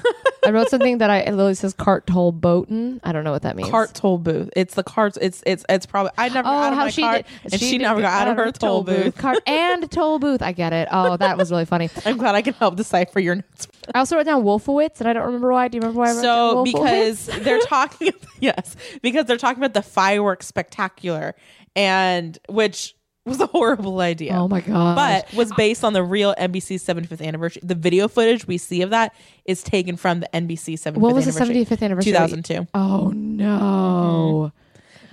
Speaker 2: I wrote something that I it literally says cart toll boatin. I don't know what that means.
Speaker 3: Cart toll booth. It's the carts. It's it's it's probably I never got out
Speaker 2: Oh,
Speaker 3: of
Speaker 2: how
Speaker 3: my
Speaker 2: she
Speaker 3: cart,
Speaker 2: did.
Speaker 3: and she, never got out of her toll booth.
Speaker 2: Cart and toll booth. I get it. Oh, that was really funny.
Speaker 3: I'm glad I can help decipher your notes.
Speaker 2: I also wrote down Wolfowitz, and I don't remember why. Do you remember why I wrote down
Speaker 3: So
Speaker 2: Wolfowitz?
Speaker 3: because they're talking, yes, because they're talking about the fireworks spectacular, and which was a horrible idea.
Speaker 2: Oh my god.
Speaker 3: but was based on the real NBC's 75th anniversary. The video footage we see of that is taken from the NBC 75th.
Speaker 2: When was the
Speaker 3: anniversary,
Speaker 2: 75th anniversary?
Speaker 3: 2002.
Speaker 2: Oh no.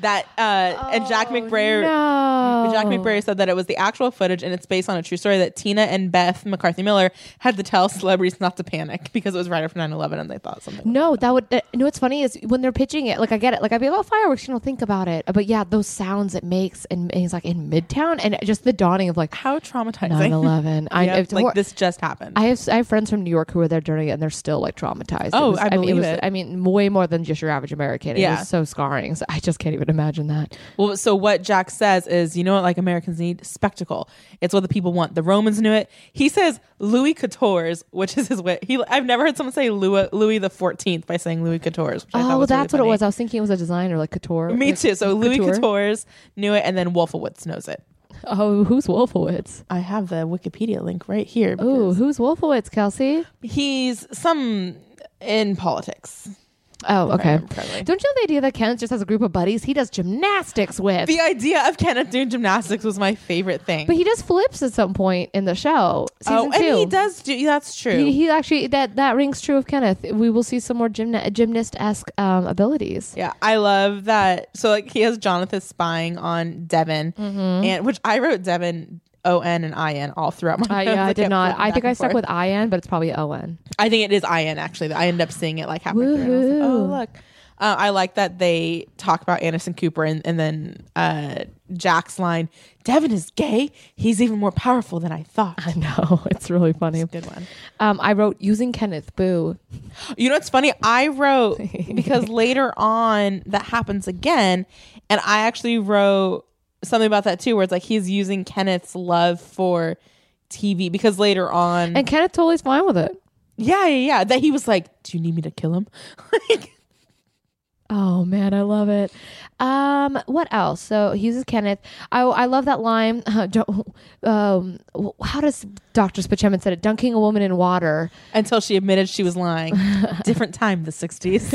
Speaker 3: that uh and Jack
Speaker 2: Oh,
Speaker 3: McBrayer
Speaker 2: No.
Speaker 3: Mm-hmm. Jack McBrayer said that it was the actual footage and it's based on a true story that Tina and Beth McCarthy Miller had to tell celebrities not to panic because it was right after 9/11 and they thought something.
Speaker 2: No, that would. Uh, you know what's funny is when they're pitching it. Like I get it. Like I'd be about fireworks. You don't think about it. But yeah, those sounds it makes, and, and he's like in Midtown, and just the dawning of like
Speaker 3: How traumatizing.
Speaker 2: 9/11. I
Speaker 3: Yep,
Speaker 2: it's
Speaker 3: like
Speaker 2: hor-
Speaker 3: this just happened.
Speaker 2: I have I have friends from New York who were there during it and they're still like traumatized.
Speaker 3: Oh,
Speaker 2: was-
Speaker 3: I
Speaker 2: mean,
Speaker 3: believe
Speaker 2: was,
Speaker 3: it.
Speaker 2: I mean, way more than just your average American. It
Speaker 3: Yeah.
Speaker 2: was so scarring. So I just can't even imagine that.
Speaker 3: Well, so what Jack says is, you know what, like Americans need spectacle. It's what the people want. The Romans knew it. He says Louis Couture's, which is his way. He, I've never heard someone say Louis Louis the Fourteenth by saying Louis Couture's. Which I thought
Speaker 2: Oh,
Speaker 3: was really
Speaker 2: that's what it
Speaker 3: funny.
Speaker 2: was. I was thinking it was a designer like couture.
Speaker 3: Me
Speaker 2: Like,
Speaker 3: too. So Louis
Speaker 2: couture.
Speaker 3: Couture's knew it, and then Wolfowitz knows it.
Speaker 2: Oh, who's Wolfowitz?
Speaker 3: I have the Wikipedia link right here.
Speaker 2: Oh,
Speaker 3: because
Speaker 2: who's Wolfowitz, Kelsey?
Speaker 3: he's some in politics.
Speaker 2: Oh,
Speaker 3: if I
Speaker 2: okay.
Speaker 3: remember correctly.
Speaker 2: Don't you know the idea that Kenneth just has a group of buddies he does gymnastics with?
Speaker 3: The idea of Kenneth doing gymnastics was my favorite thing.
Speaker 2: but he does flips at some point in the show.
Speaker 3: oh,
Speaker 2: Season
Speaker 3: and
Speaker 2: two.
Speaker 3: he does do. That's true.
Speaker 2: He, he actually that that rings true of Kenneth. We will see some more gymna- gymnast esque um, abilities.
Speaker 3: Yeah, I love that. So like he has Jonathan spying on Devin,
Speaker 2: Mm-hmm.
Speaker 3: and which I wrote Devin O N and I N all throughout my.
Speaker 2: Uh,
Speaker 3: notes.
Speaker 2: yeah, I did
Speaker 3: kept
Speaker 2: not.
Speaker 3: flipping
Speaker 2: I
Speaker 3: back
Speaker 2: think I
Speaker 3: and
Speaker 2: stuck
Speaker 3: forth.
Speaker 2: with IN, but it's probably ON.
Speaker 3: I think it is I N actually. that I end up seeing it like halfway through. And I was
Speaker 2: Woohoo.
Speaker 3: like, oh look, uh, I like that they talk about Anderson Cooper and, and then uh, Jack's line. Devin is gay. He's even more powerful than I thought.
Speaker 2: I know it's really funny.
Speaker 3: Good one.
Speaker 2: Um, I wrote using Kenneth. Boo.
Speaker 3: You know what's funny? I wrote because later on that happens again, and I actually wrote something about that too, where it's like he's using Kenneth's love for TV because later on,
Speaker 2: And Kenneth totally is fine with it.
Speaker 3: yeah, yeah, yeah, that he was like, "Do you need me to kill him?" like,
Speaker 2: Oh man, I love it. Um, what else? So he uses Kenneth. I I love that line. don't, um, wh- how does Doctor Spachemin said it? Dunking a woman in water.
Speaker 3: until she admitted she was lying. Different time, the sixties.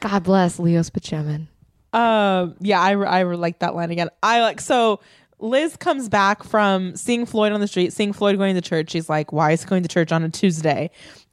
Speaker 2: God bless Leo Spachemin.
Speaker 3: Um, yeah, I, I like that line again. I like so. Liz comes back from seeing Floyd on the street, seeing Floyd going to church. She's like, "Why is he going to church on a Tuesday?"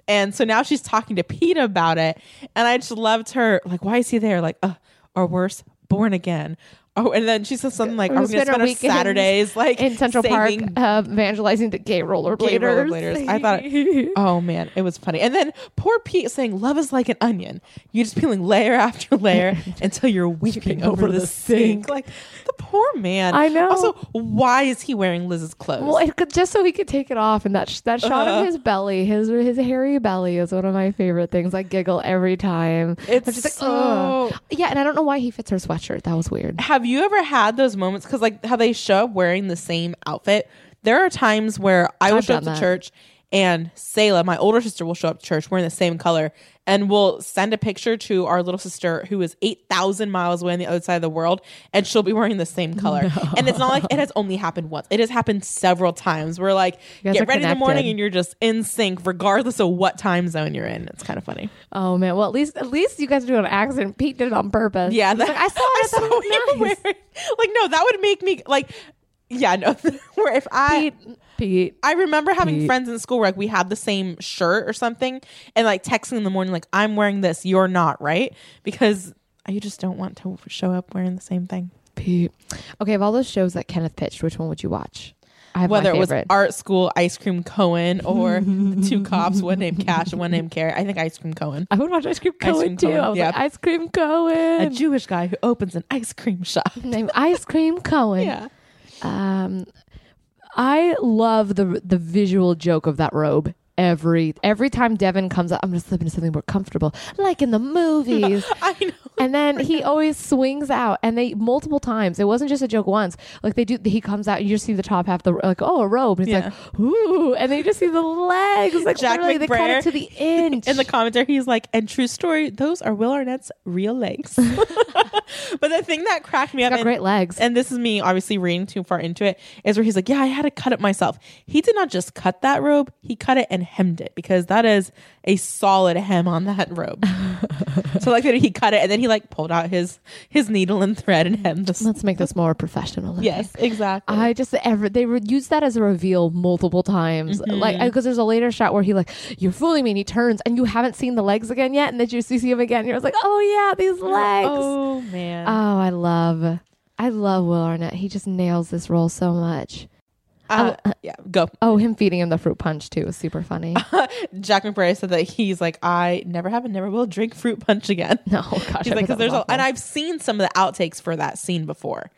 Speaker 3: And so now she's talking to Pete about it, and I just loved her. Like, why is he there? Like, uh, or worse, born again. Oh, and then she says something like, "Are we
Speaker 2: Who
Speaker 3: going to
Speaker 2: spent our
Speaker 3: spend our
Speaker 2: weekends
Speaker 3: Saturdays like
Speaker 2: in Central
Speaker 3: saving
Speaker 2: Park uh, evangelizing the gay
Speaker 3: gay
Speaker 2: rollerbladers.
Speaker 3: rollerbladers. I thought, oh man, it was funny. And then poor Pete saying, "Love is like an onion. You're just peeling layer after layer until you're weeping over, the, sink." Like the poor man.
Speaker 2: I know.
Speaker 3: Also, why is he wearing Liz's clothes?
Speaker 2: well, it could, just so he could take it off, and that sh- that shot
Speaker 3: Uh-huh.
Speaker 2: of his belly, his his hairy belly, is one of my favorite things. I giggle every time.
Speaker 3: It's
Speaker 2: I'm just like,
Speaker 3: so-
Speaker 2: "Ugh." yeah, and I don't know why he fits her sweatshirt. That was weird.
Speaker 3: have you ever had those moments? Because like how they show up wearing the same outfit. There are times where I will
Speaker 2: I've
Speaker 3: show up to
Speaker 2: done that.
Speaker 3: church. And Selah, my older sister, will show up to church wearing the same color, and we'll send a picture to our little sister who is eight thousand miles away on the other side of the world, and she'll be wearing the same color. And it's not like it has only happened once; it has happened several times. We're like,
Speaker 2: You
Speaker 3: get
Speaker 2: guys
Speaker 3: ready
Speaker 2: are
Speaker 3: in the morning,
Speaker 2: connected.
Speaker 3: and you're just in sync, regardless of what time zone you're in. It's kind of funny.
Speaker 2: Oh man, well at least at least you guys do an accident. Pete did it on purpose.
Speaker 3: Yeah,
Speaker 2: He's like, I saw it. I
Speaker 3: saw what you were wearing. Like, no, that would make me like, yeah, no. Where if I,
Speaker 2: Pete, Pete.
Speaker 3: I remember having friends in school where like we had the same shirt or something, and like texting in the morning, like I'm wearing this, you're not, right? Because you just don't want to show up wearing the same thing.
Speaker 2: Pete. Okay, of all those shows that Kenneth pitched, which one would you watch? I have
Speaker 3: Whether
Speaker 2: my
Speaker 3: it was
Speaker 2: favorite.
Speaker 3: art school, ice cream Cohen, or the two cops, one named Cash and one named Carrie. I think ice cream Cohen.
Speaker 2: I would watch Ice Cream
Speaker 3: Ice
Speaker 2: Cohen
Speaker 3: Cream
Speaker 2: too.
Speaker 3: Cohen,
Speaker 2: I was like,
Speaker 3: yeah.
Speaker 2: Ice Cream Cohen.
Speaker 3: A Jewish guy who opens an ice cream shop.
Speaker 2: named Ice Cream Cohen.
Speaker 3: Yeah.
Speaker 2: Um, I love the the visual joke of that robe. Every every time Devin comes up, I'm just slipping into something more comfortable, like in the movies.
Speaker 3: I know.
Speaker 2: And then he always swings out, and they multiple times. It wasn't just a joke once. Like they do, he comes out, and you just see the top half, the like, oh, a robe, and he's like, ooh, and then you just see the legs, like
Speaker 3: Jack
Speaker 2: literally, they cut
Speaker 3: McBrayer
Speaker 2: it to the inch.
Speaker 3: in the commentary he's like and true story those are will arnett's real legs but the thing that cracked me up
Speaker 2: got
Speaker 3: and,
Speaker 2: great legs.
Speaker 3: and this is me obviously reading too far into it is where he's like yeah i had to cut it myself he did not just cut that robe he cut it and hemmed it because that is a solid hem on that robe so like he cut it and then he like pulled out his his needle and thread and hemmed this
Speaker 2: Let's make this more professional. okay?
Speaker 3: yes exactly
Speaker 2: I just ever they re- used that as a reveal multiple times,
Speaker 3: Mm-hmm.
Speaker 2: like because there's a later shot where he like you're fooling me, and he turns, and you haven't seen the legs again yet, and then you see him again, and you're just like, oh yeah, these legs. Oh,
Speaker 3: oh man
Speaker 2: I love, I love Will Arnett. He just nails this role so much.
Speaker 3: Uh, yeah go
Speaker 2: Oh, him feeding him the fruit punch too was super funny.
Speaker 3: Jack McBrayer said that he's like, I never have and never will drink fruit punch again.
Speaker 2: No, gosh,
Speaker 3: he's
Speaker 2: I
Speaker 3: like,
Speaker 2: thought
Speaker 3: because there's
Speaker 2: that
Speaker 3: a,
Speaker 2: was
Speaker 3: and
Speaker 2: awful.
Speaker 3: I've seen some of the outtakes for that scene before.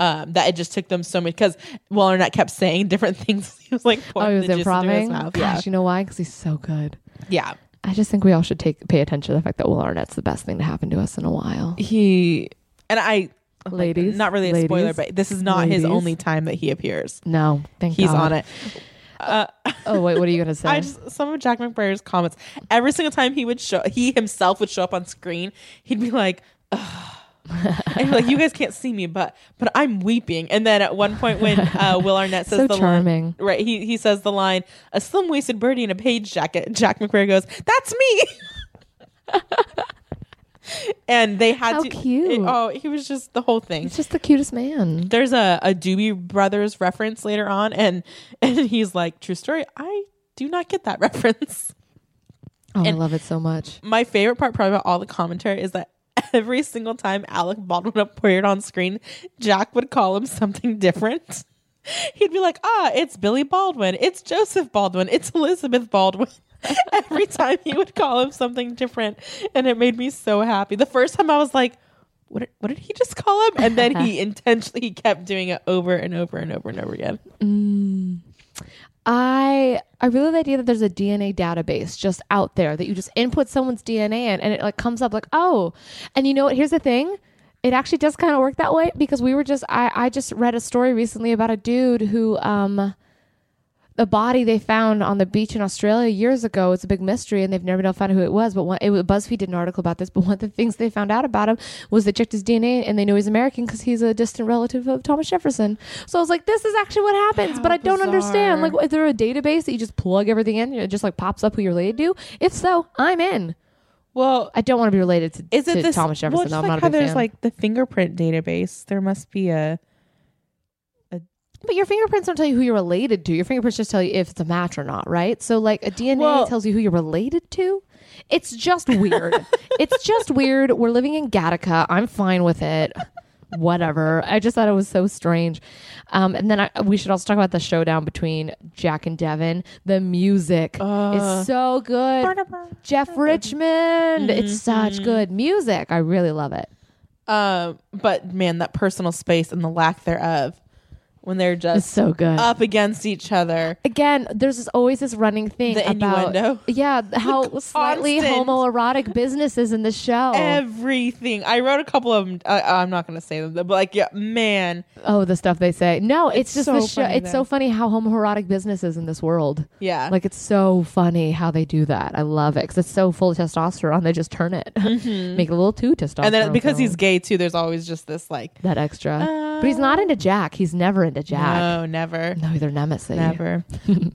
Speaker 3: Um, that it just took them so many because Will Arnett kept saying different things. He was like,
Speaker 2: oh,
Speaker 3: pouring
Speaker 2: he was
Speaker 3: the juice into his
Speaker 2: improvising.
Speaker 3: mouth.
Speaker 2: Gosh, you know why? Because he's so good.
Speaker 3: Yeah, yeah.
Speaker 2: I just think we all should take pay attention to the fact that Will Arnett's the best thing to happen to us in a while.
Speaker 3: He and I, oh my
Speaker 2: Ladies,
Speaker 3: goodness, not really a spoiler,
Speaker 2: ladies,
Speaker 3: but this is not his
Speaker 2: ladies.
Speaker 3: only time that he appears.
Speaker 2: No, thank
Speaker 3: He's
Speaker 2: God.
Speaker 3: on it. Uh,
Speaker 2: Oh wait, what are you gonna say?
Speaker 3: I just some of Jack McBriar's comments. Every single time he would show, he himself would show up on screen. He'd be like, "Ugh." and he'd be like you guys can't see me, but but I'm weeping. And then at one point when uh, Will Arnett says
Speaker 2: So
Speaker 3: the
Speaker 2: charming.
Speaker 3: line, right? He he says the line, "A slim waisted birdie in a page jacket." Jack McBrayer goes, "That's me." and they had
Speaker 2: How
Speaker 3: to.
Speaker 2: cute.
Speaker 3: it- oh, he was just the whole thing
Speaker 2: He's just the cutest man.
Speaker 3: there's a, a Doobie Brothers reference later on, and and he's like, "True story, I do not get that reference."
Speaker 2: Oh, I
Speaker 3: And-
Speaker 2: love it so much.
Speaker 3: My favorite part, probably about all the commentary, is that every single time Alec Baldwin appeared on screen, Jack would call him something different. He'd be like, "Ah, it's Billy Baldwin, it's Joseph Baldwin, it's Elizabeth Baldwin." every time he would call him something different, and it made me so happy. The first time I was like. What did, what did he just call him? And then he intentionally he kept doing it over and over and over and over again.
Speaker 2: I I really love the idea that there's a DNA database just out there that you just input someone's DNA in and it like comes up like oh, and you know what? Here's the thing, it actually does kind of work that way because we were just I I just read a story recently about a dude who um. The body they found on the beach in Australia years ago. It's a big mystery, and they've never been able to find out who it was. But one, it was, BuzzFeed did an article about this. But one of the things they found out about him was they checked his DNA, and they know he's American because he's a distant relative of Thomas Jefferson. So I was like, "This is actually what happens," but I don't understand. Like, is there a database that you just plug everything in and it just like pops up who you're related to? If so, I'm in.
Speaker 3: Well,
Speaker 2: I don't want to be related to,
Speaker 3: is it
Speaker 2: to
Speaker 3: this
Speaker 2: Thomas Jefferson.
Speaker 3: Well,
Speaker 2: though.
Speaker 3: just
Speaker 2: I'm
Speaker 3: like
Speaker 2: not a
Speaker 3: how
Speaker 2: big
Speaker 3: there's
Speaker 2: fan.
Speaker 3: like the fingerprint database. There must be a
Speaker 2: but your fingerprints don't tell you who you're related to. Your fingerprints just tell you if it's a match or not, right? So like a DNA
Speaker 3: Well-
Speaker 2: tells you who you're related to. It's just weird. it's just weird. We're living in Gattaca. I'm fine with it. Whatever. I just thought it was so strange. Um, and then I, we should also talk about the showdown between Jack and Devin. The music is so good. Jeff Richmond. It's such good music. I really love it.
Speaker 3: um but man, that personal space and the lack thereof when they're
Speaker 2: It's
Speaker 3: just
Speaker 2: so good.
Speaker 3: up against each other.
Speaker 2: Again, there's this, always this running thing
Speaker 3: The
Speaker 2: about
Speaker 3: innuendo.
Speaker 2: yeah how slightly
Speaker 3: constant.
Speaker 2: homoerotic business is in the show.
Speaker 3: Everything. I wrote a couple of them. I, I'm not going to say them, but like, yeah, man.
Speaker 2: oh, the stuff they say. No, it's, just
Speaker 3: so
Speaker 2: the show.
Speaker 3: funny,
Speaker 2: It's so
Speaker 3: though.
Speaker 2: funny how homoerotic business is in this world.
Speaker 3: Yeah.
Speaker 2: Like it's so funny how they do that. I love it because it's so full of testosterone. They just turn it, make it a little too testosterone.
Speaker 3: Mm-hmm. and then because
Speaker 2: filled.
Speaker 3: he's gay too, there's always just this like,
Speaker 2: that extra, but he's not into Jack. He's never into Jack.
Speaker 3: no, never.
Speaker 2: No, they're nemesis.
Speaker 3: Never.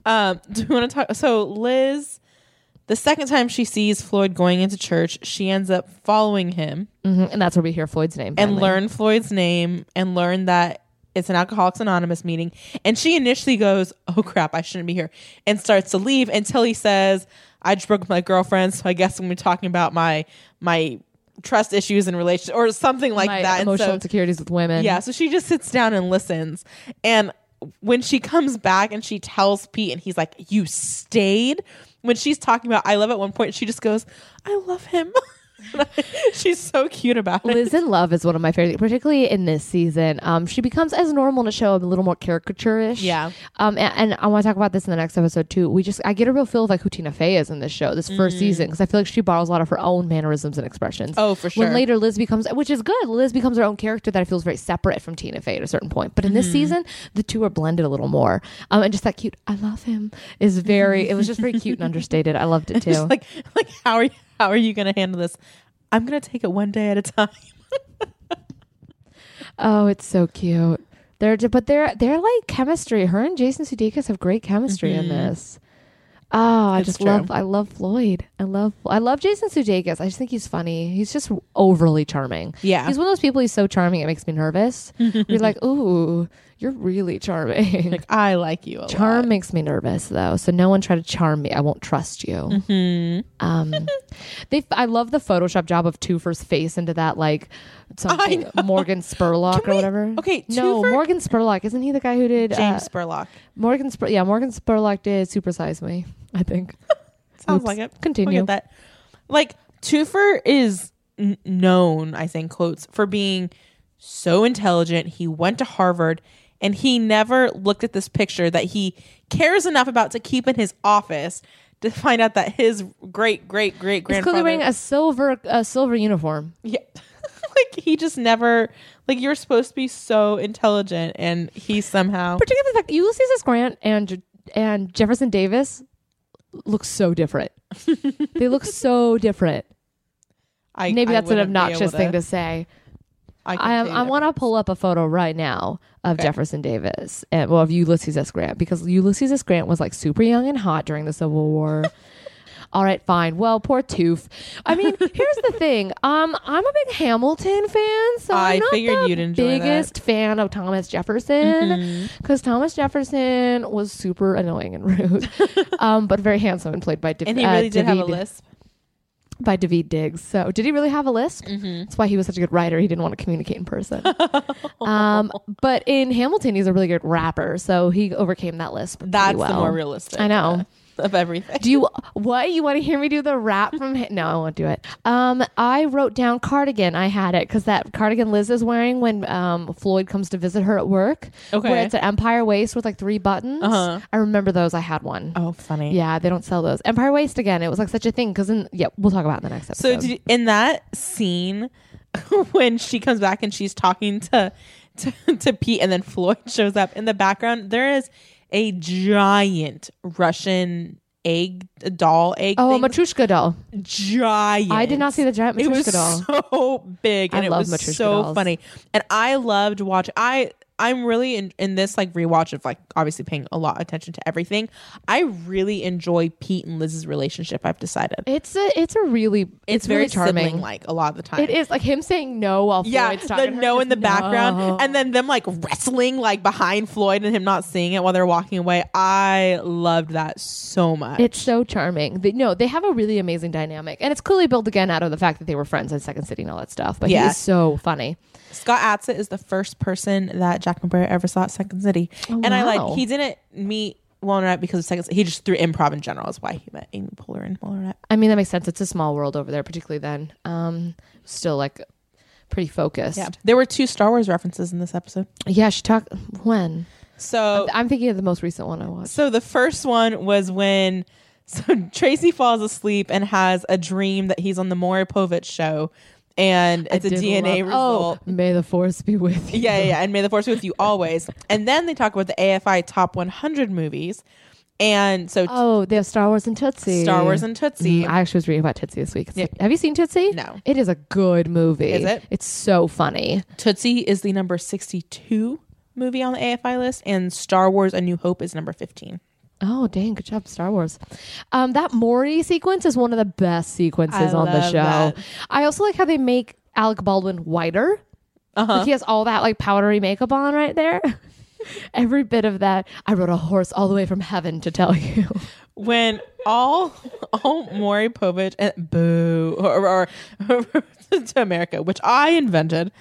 Speaker 3: um, do we want to talk? So Liz, the second time she sees Floyd going into church, she ends up following him
Speaker 2: Mhm, and that's where we hear Floyd's name
Speaker 3: and
Speaker 2: finally.
Speaker 3: learn Floyd's name and learn that it's an Alcoholics Anonymous meeting. And she initially goes, "Oh crap, I shouldn't be here," and starts to leave until he says, "I just broke up with my girlfriend, so I guess I'm gonna be talking about my my trust issues and relationship or something like
Speaker 2: my
Speaker 3: that." And
Speaker 2: emotional
Speaker 3: so-
Speaker 2: insecurities with women.
Speaker 3: yeah, so she just sits down and listens. And when she comes back and she tells Pete, and he's like, You stayed? When she's talking about I love at one point, she just goes, I love him. she's so cute about it.
Speaker 2: Liz in Love is one of my favorite, particularly in this season. Um, she becomes as normal in a show, a little more caricature-ish.
Speaker 3: Yeah.
Speaker 2: Um, a- and, I want to talk about this in the next episode too. We just I get a real feel of like who Tina Fey is in this show, this first season, because I feel like she borrows a lot of her own mannerisms and expressions.
Speaker 3: Mm. Oh, for sure.
Speaker 2: When later Liz becomes, which is good, Liz becomes her own character that I feel is very separate from Tina Fey at a certain point. But in
Speaker 3: Mm-hmm.
Speaker 2: this season, the two are blended a little more. Um, and just that cute, I love him is very. It was just very cute and understated. I loved it too.
Speaker 3: Just like like how are you how are you gonna handle this? I'm gonna take it one day at a time.
Speaker 2: Oh, it's so cute. They're ju- but they're they're like chemistry. Her and Jason Sudeikis have great chemistry in this. Oh, I
Speaker 3: It's
Speaker 2: just
Speaker 3: Mm-hmm. true.
Speaker 2: love I love Floyd. I love I love Jason Sudeikis. I just think he's funny. He's just overly charming.
Speaker 3: Yeah.
Speaker 2: he's one of those people. He's so charming it makes me nervous. You're like, ooh, you're really charming.
Speaker 3: Like I like you a
Speaker 2: Charm
Speaker 3: lot.
Speaker 2: makes me nervous though, so no one try to charm me. I won't trust you.
Speaker 3: Mm-hmm.
Speaker 2: Um, they, I love the Photoshop job of Twofer's face into that like something
Speaker 3: know.
Speaker 2: Morgan Spurlock
Speaker 3: Can
Speaker 2: or
Speaker 3: we-
Speaker 2: whatever.
Speaker 3: okay,
Speaker 2: no,
Speaker 3: Twofer-
Speaker 2: Morgan Spurlock isn't he the guy who did uh,
Speaker 3: James Spurlock.
Speaker 2: Morgan? Spur- yeah, Morgan Spurlock did Supersize Me. I think.
Speaker 3: Sounds
Speaker 2: Oops.
Speaker 3: like it.
Speaker 2: Continue.
Speaker 3: We'll get that. Like Twofer is n- known, I say in quotes, for being so intelligent. He went to Harvard, and he never looked at this picture that he cares enough about to keep in his office to find out that his great great great
Speaker 2: He's clearly
Speaker 3: grandfather
Speaker 2: wearing a silver a silver uniform.
Speaker 3: yeah. like he just never like you're supposed to be so intelligent and he somehow
Speaker 2: Particularly the fact Ulysses S. Grant and and Jefferson Davis look so different. they look so different.
Speaker 3: I,
Speaker 2: Maybe
Speaker 3: I
Speaker 2: that's an
Speaker 3: wouldn't be
Speaker 2: obnoxious
Speaker 3: able
Speaker 2: thing to say.
Speaker 3: I,
Speaker 2: I, I want to pull up a photo right now of Jefferson Davis and well of Ulysses S. Grant because Ulysses S. Grant was like super young and hot during the Civil War. All right, fine. Well, poor Toof. I mean, here's the thing. Um, I'm a big Hamilton fan, so
Speaker 3: I
Speaker 2: I'm not
Speaker 3: figured
Speaker 2: the
Speaker 3: you'd enjoy that. Mm-hmm.
Speaker 2: biggest fan of Thomas Jefferson because Thomas Jefferson was super annoying and rude, um, but very handsome and played by Dav-
Speaker 3: and he
Speaker 2: uh,
Speaker 3: really did have a
Speaker 2: Daveed-
Speaker 3: lisp
Speaker 2: by David Diggs. So, did he really have a lisp?
Speaker 3: Mm-hmm.
Speaker 2: That's why he was such a good writer. He didn't want to communicate in person. um, but in Hamilton, he's a really good rapper, so he overcame that lisp. pretty
Speaker 3: that's the
Speaker 2: well.
Speaker 3: more realistic
Speaker 2: I know.
Speaker 3: uh, of everything
Speaker 2: Do you what you want to hear me do the rap from? Ha- no, I won't do it. Um, I wrote down cardigan. I had it because that cardigan Liz is wearing when um Floyd comes to visit her at work.
Speaker 3: Okay.
Speaker 2: where it's an empire waist with like three buttons.
Speaker 3: Uh-huh.
Speaker 2: I remember those. I had one.
Speaker 3: oh funny
Speaker 2: Yeah, they don't sell those. Empire waist again. It was like such a thing because yeah, we'll talk about it in the next episode.
Speaker 3: So did you- in that scene, when she comes back and she's talking to, to to Pete, and then Floyd shows up in the background, there is a giant Russian egg a doll egg.
Speaker 2: Oh, a
Speaker 3: thing.
Speaker 2: Matryoshka doll.
Speaker 3: giant!
Speaker 2: I did not see the giant
Speaker 3: It was
Speaker 2: Matryoshka doll.
Speaker 3: so big, and
Speaker 2: I
Speaker 3: it
Speaker 2: love
Speaker 3: was
Speaker 2: Matryoshka
Speaker 3: so
Speaker 2: dolls.
Speaker 3: funny. And I loved watching. I I'm really in, in this like rewatch of like obviously paying a lot of attention to everything. I really enjoy Pete and Liz's relationship. I've decided.
Speaker 2: It's a it's a really it's,
Speaker 3: It's,
Speaker 2: really
Speaker 3: very
Speaker 2: charming.
Speaker 3: sibling like a lot of the time.
Speaker 2: It is like him saying no while
Speaker 3: yeah,
Speaker 2: Floyd's talking.
Speaker 3: the
Speaker 2: to her,
Speaker 3: no
Speaker 2: just
Speaker 3: in the background,
Speaker 2: no.
Speaker 3: and then them like wrestling like behind Floyd and him not seeing it while they're walking away. I loved that so much.
Speaker 2: it's so charming. They, no, they have a really amazing dynamic, and it's clearly built again out of the fact that they were friends in Second City and all that stuff. But
Speaker 3: Yeah.
Speaker 2: he's so funny.
Speaker 3: Scott Atzett is the first person that Jack McBrayer ever saw at Second City, and I
Speaker 2: Oh, wow.
Speaker 3: like he didn't meet Walnut because of Second City. He just threw improv in general is why he met Amy Poehler and Walnut.
Speaker 2: I mean, that makes sense. It's a small world over there, particularly then. Um, still like pretty focused.
Speaker 3: Yeah, there were two Star Wars references in this episode.
Speaker 2: Yeah, she talked when
Speaker 3: So
Speaker 2: I'm thinking of the most recent one I watched.
Speaker 3: So the first one was when so Tracy falls asleep and has a dream that he's on the Moripovich show and it's
Speaker 2: I
Speaker 3: a
Speaker 2: did
Speaker 3: DNA
Speaker 2: love-
Speaker 3: result.
Speaker 2: Oh, may the force be with you.
Speaker 3: Yeah, yeah, yeah, and may the force be with you always. And then they talk about the AFI top 100 movies. And so
Speaker 2: Oh, they have Star Wars and Tootsie.
Speaker 3: Star Wars and Tootsie.
Speaker 2: Mm, I actually was reading about Tootsie this week. It's
Speaker 3: Yeah.
Speaker 2: like- have you seen Tootsie?
Speaker 3: No.
Speaker 2: It is a good movie.
Speaker 3: Is it?
Speaker 2: It's so funny.
Speaker 3: Tootsie is the number 62 movie on the AFI list and Star Wars A New Hope is number 15.
Speaker 2: Oh, dang. Good job, Star Wars. Um, that Maury sequence is one of the best sequences
Speaker 3: I
Speaker 2: on the
Speaker 3: love
Speaker 2: show.
Speaker 3: that.
Speaker 2: I also like how they make Alec Baldwin whiter.
Speaker 3: Uh-huh.
Speaker 2: Like he has all that like powdery makeup on right there. Every bit of that. I rode a horse all the way from heaven to tell you.
Speaker 3: when all all Maury Povich and boo or, or, to America, which I invented,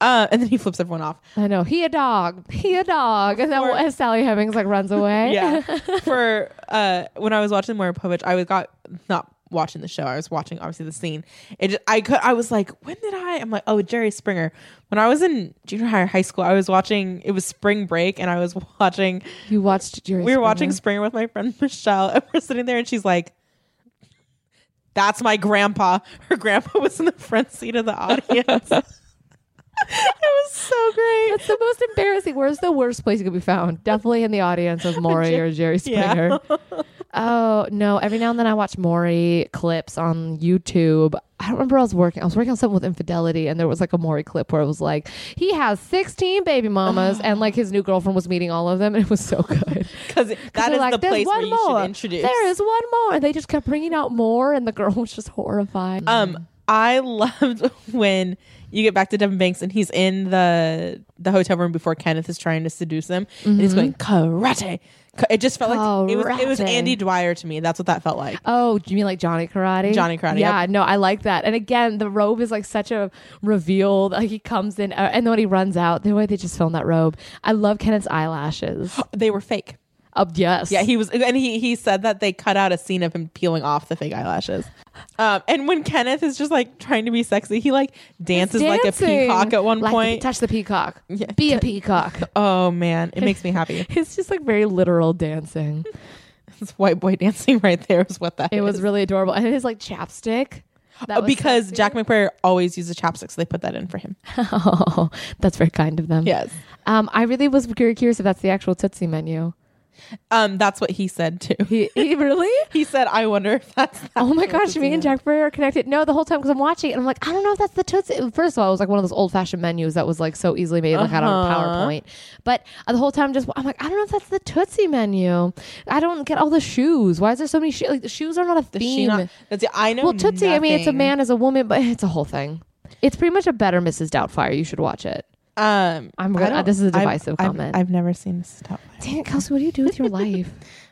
Speaker 3: uh, and then he flips everyone off.
Speaker 2: I know. He a dog. He a dog. And then as Sally Hemings like runs away.
Speaker 3: Yeah, for uh, when I was watching Maury Povich, I was got not watching the show. I was watching obviously the scene. It just, I could I was like, when did I? I'm like, oh, Jerry Springer. When I was in junior high or high school, I was watching. It was spring break, and I was watching.
Speaker 2: You watched Jerry
Speaker 3: we were watching
Speaker 2: Springer.
Speaker 3: Springer with my friend Michelle, and we're sitting there, and she's like, "That's my grandpa." Her grandpa was in the front seat of the audience. it was so great.
Speaker 2: It's the most embarrassing. Where's the worst place you could be found? Definitely in the audience of Maury or Jerry
Speaker 3: Yeah.
Speaker 2: Springer. oh no! Every now and then I watch Maury clips on YouTube. I don't remember what I was working. I was working on something with infidelity, and there was like a Maury clip where it was like he has sixteen baby mamas, and like his new girlfriend was meeting all of them, and it was so good.
Speaker 3: Because that
Speaker 2: They're
Speaker 3: is
Speaker 2: like,
Speaker 3: the
Speaker 2: "There's
Speaker 3: place where
Speaker 2: one
Speaker 3: you
Speaker 2: more.
Speaker 3: should introduce.
Speaker 2: There is one more, and they just kept bringing out more, and the girl was just horrified.
Speaker 3: Um, I loved when you get back to Devin Banks and he's in the the hotel room before Kenneth is trying to seduce him, and he's going karate. Ka- It just felt like it was it was
Speaker 2: Mm-hmm. Karate.
Speaker 3: Andy Dwyer to me. That's what that felt like.
Speaker 2: Oh, do you mean like Johnny Karate?
Speaker 3: Johnny Karate,
Speaker 2: Yeah, no, I like that. And again, the robe is like such a reveal. Like he comes in, uh, and then when he runs out, the way they just filmed that robe. I love Kenneth's eyelashes.
Speaker 3: They were fake.
Speaker 2: Oh, yes.
Speaker 3: Yeah, he was, and he he said that they cut out a scene of him peeling off the fake eyelashes. Um, and when Kenneth is just like trying to be sexy, he like dances like a
Speaker 2: Dancing.
Speaker 3: peacock at one
Speaker 2: Like,
Speaker 3: point.
Speaker 2: Touch the peacock. Be a peacock.
Speaker 3: oh man, it makes me happy.
Speaker 2: It's just like very literal dancing.
Speaker 3: It's white boy dancing right there is what that
Speaker 2: It was
Speaker 3: is.
Speaker 2: really adorable. And his like chapstick. That
Speaker 3: Uh,
Speaker 2: was
Speaker 3: because
Speaker 2: sexy.
Speaker 3: Jack McBrayer always uses chapstick, so they put that in for him.
Speaker 2: Oh, that's very kind of them.
Speaker 3: Yes.
Speaker 2: Um, I really was very curious if that's the actual Tootsie menu.
Speaker 3: Um, that's what he said too.
Speaker 2: He, he really?
Speaker 3: He said, "I wonder if that's." That
Speaker 2: Oh my gosh, me and Jack Burr are connected. No, the whole time because I'm watching it, and I'm like, I don't know if that's the Tootsie. First of all, it was like one of those old fashioned menus that was like so easily made, like out
Speaker 3: Uh-huh.
Speaker 2: on PowerPoint. But uh, the whole time, just I'm like, I don't know if that's the Tootsie menu. I don't get all the shoes. Why is there so many shoes? Like the shoes are not a
Speaker 3: She
Speaker 2: theme.
Speaker 3: not- that's it. I know.
Speaker 2: well, Tootsie, I mean, it's a
Speaker 3: nothing.
Speaker 2: man as a woman, but it's a whole thing. It's pretty much a better Mrs. Doubtfire. You should watch it.
Speaker 3: Um,
Speaker 2: I'm
Speaker 3: I
Speaker 2: gonna-
Speaker 3: don't-
Speaker 2: this is a
Speaker 3: I've-
Speaker 2: divisive
Speaker 3: I've-
Speaker 2: comment.
Speaker 3: I've, never seen this stuff.
Speaker 2: Dang it, Kelsey, what do you do with your life?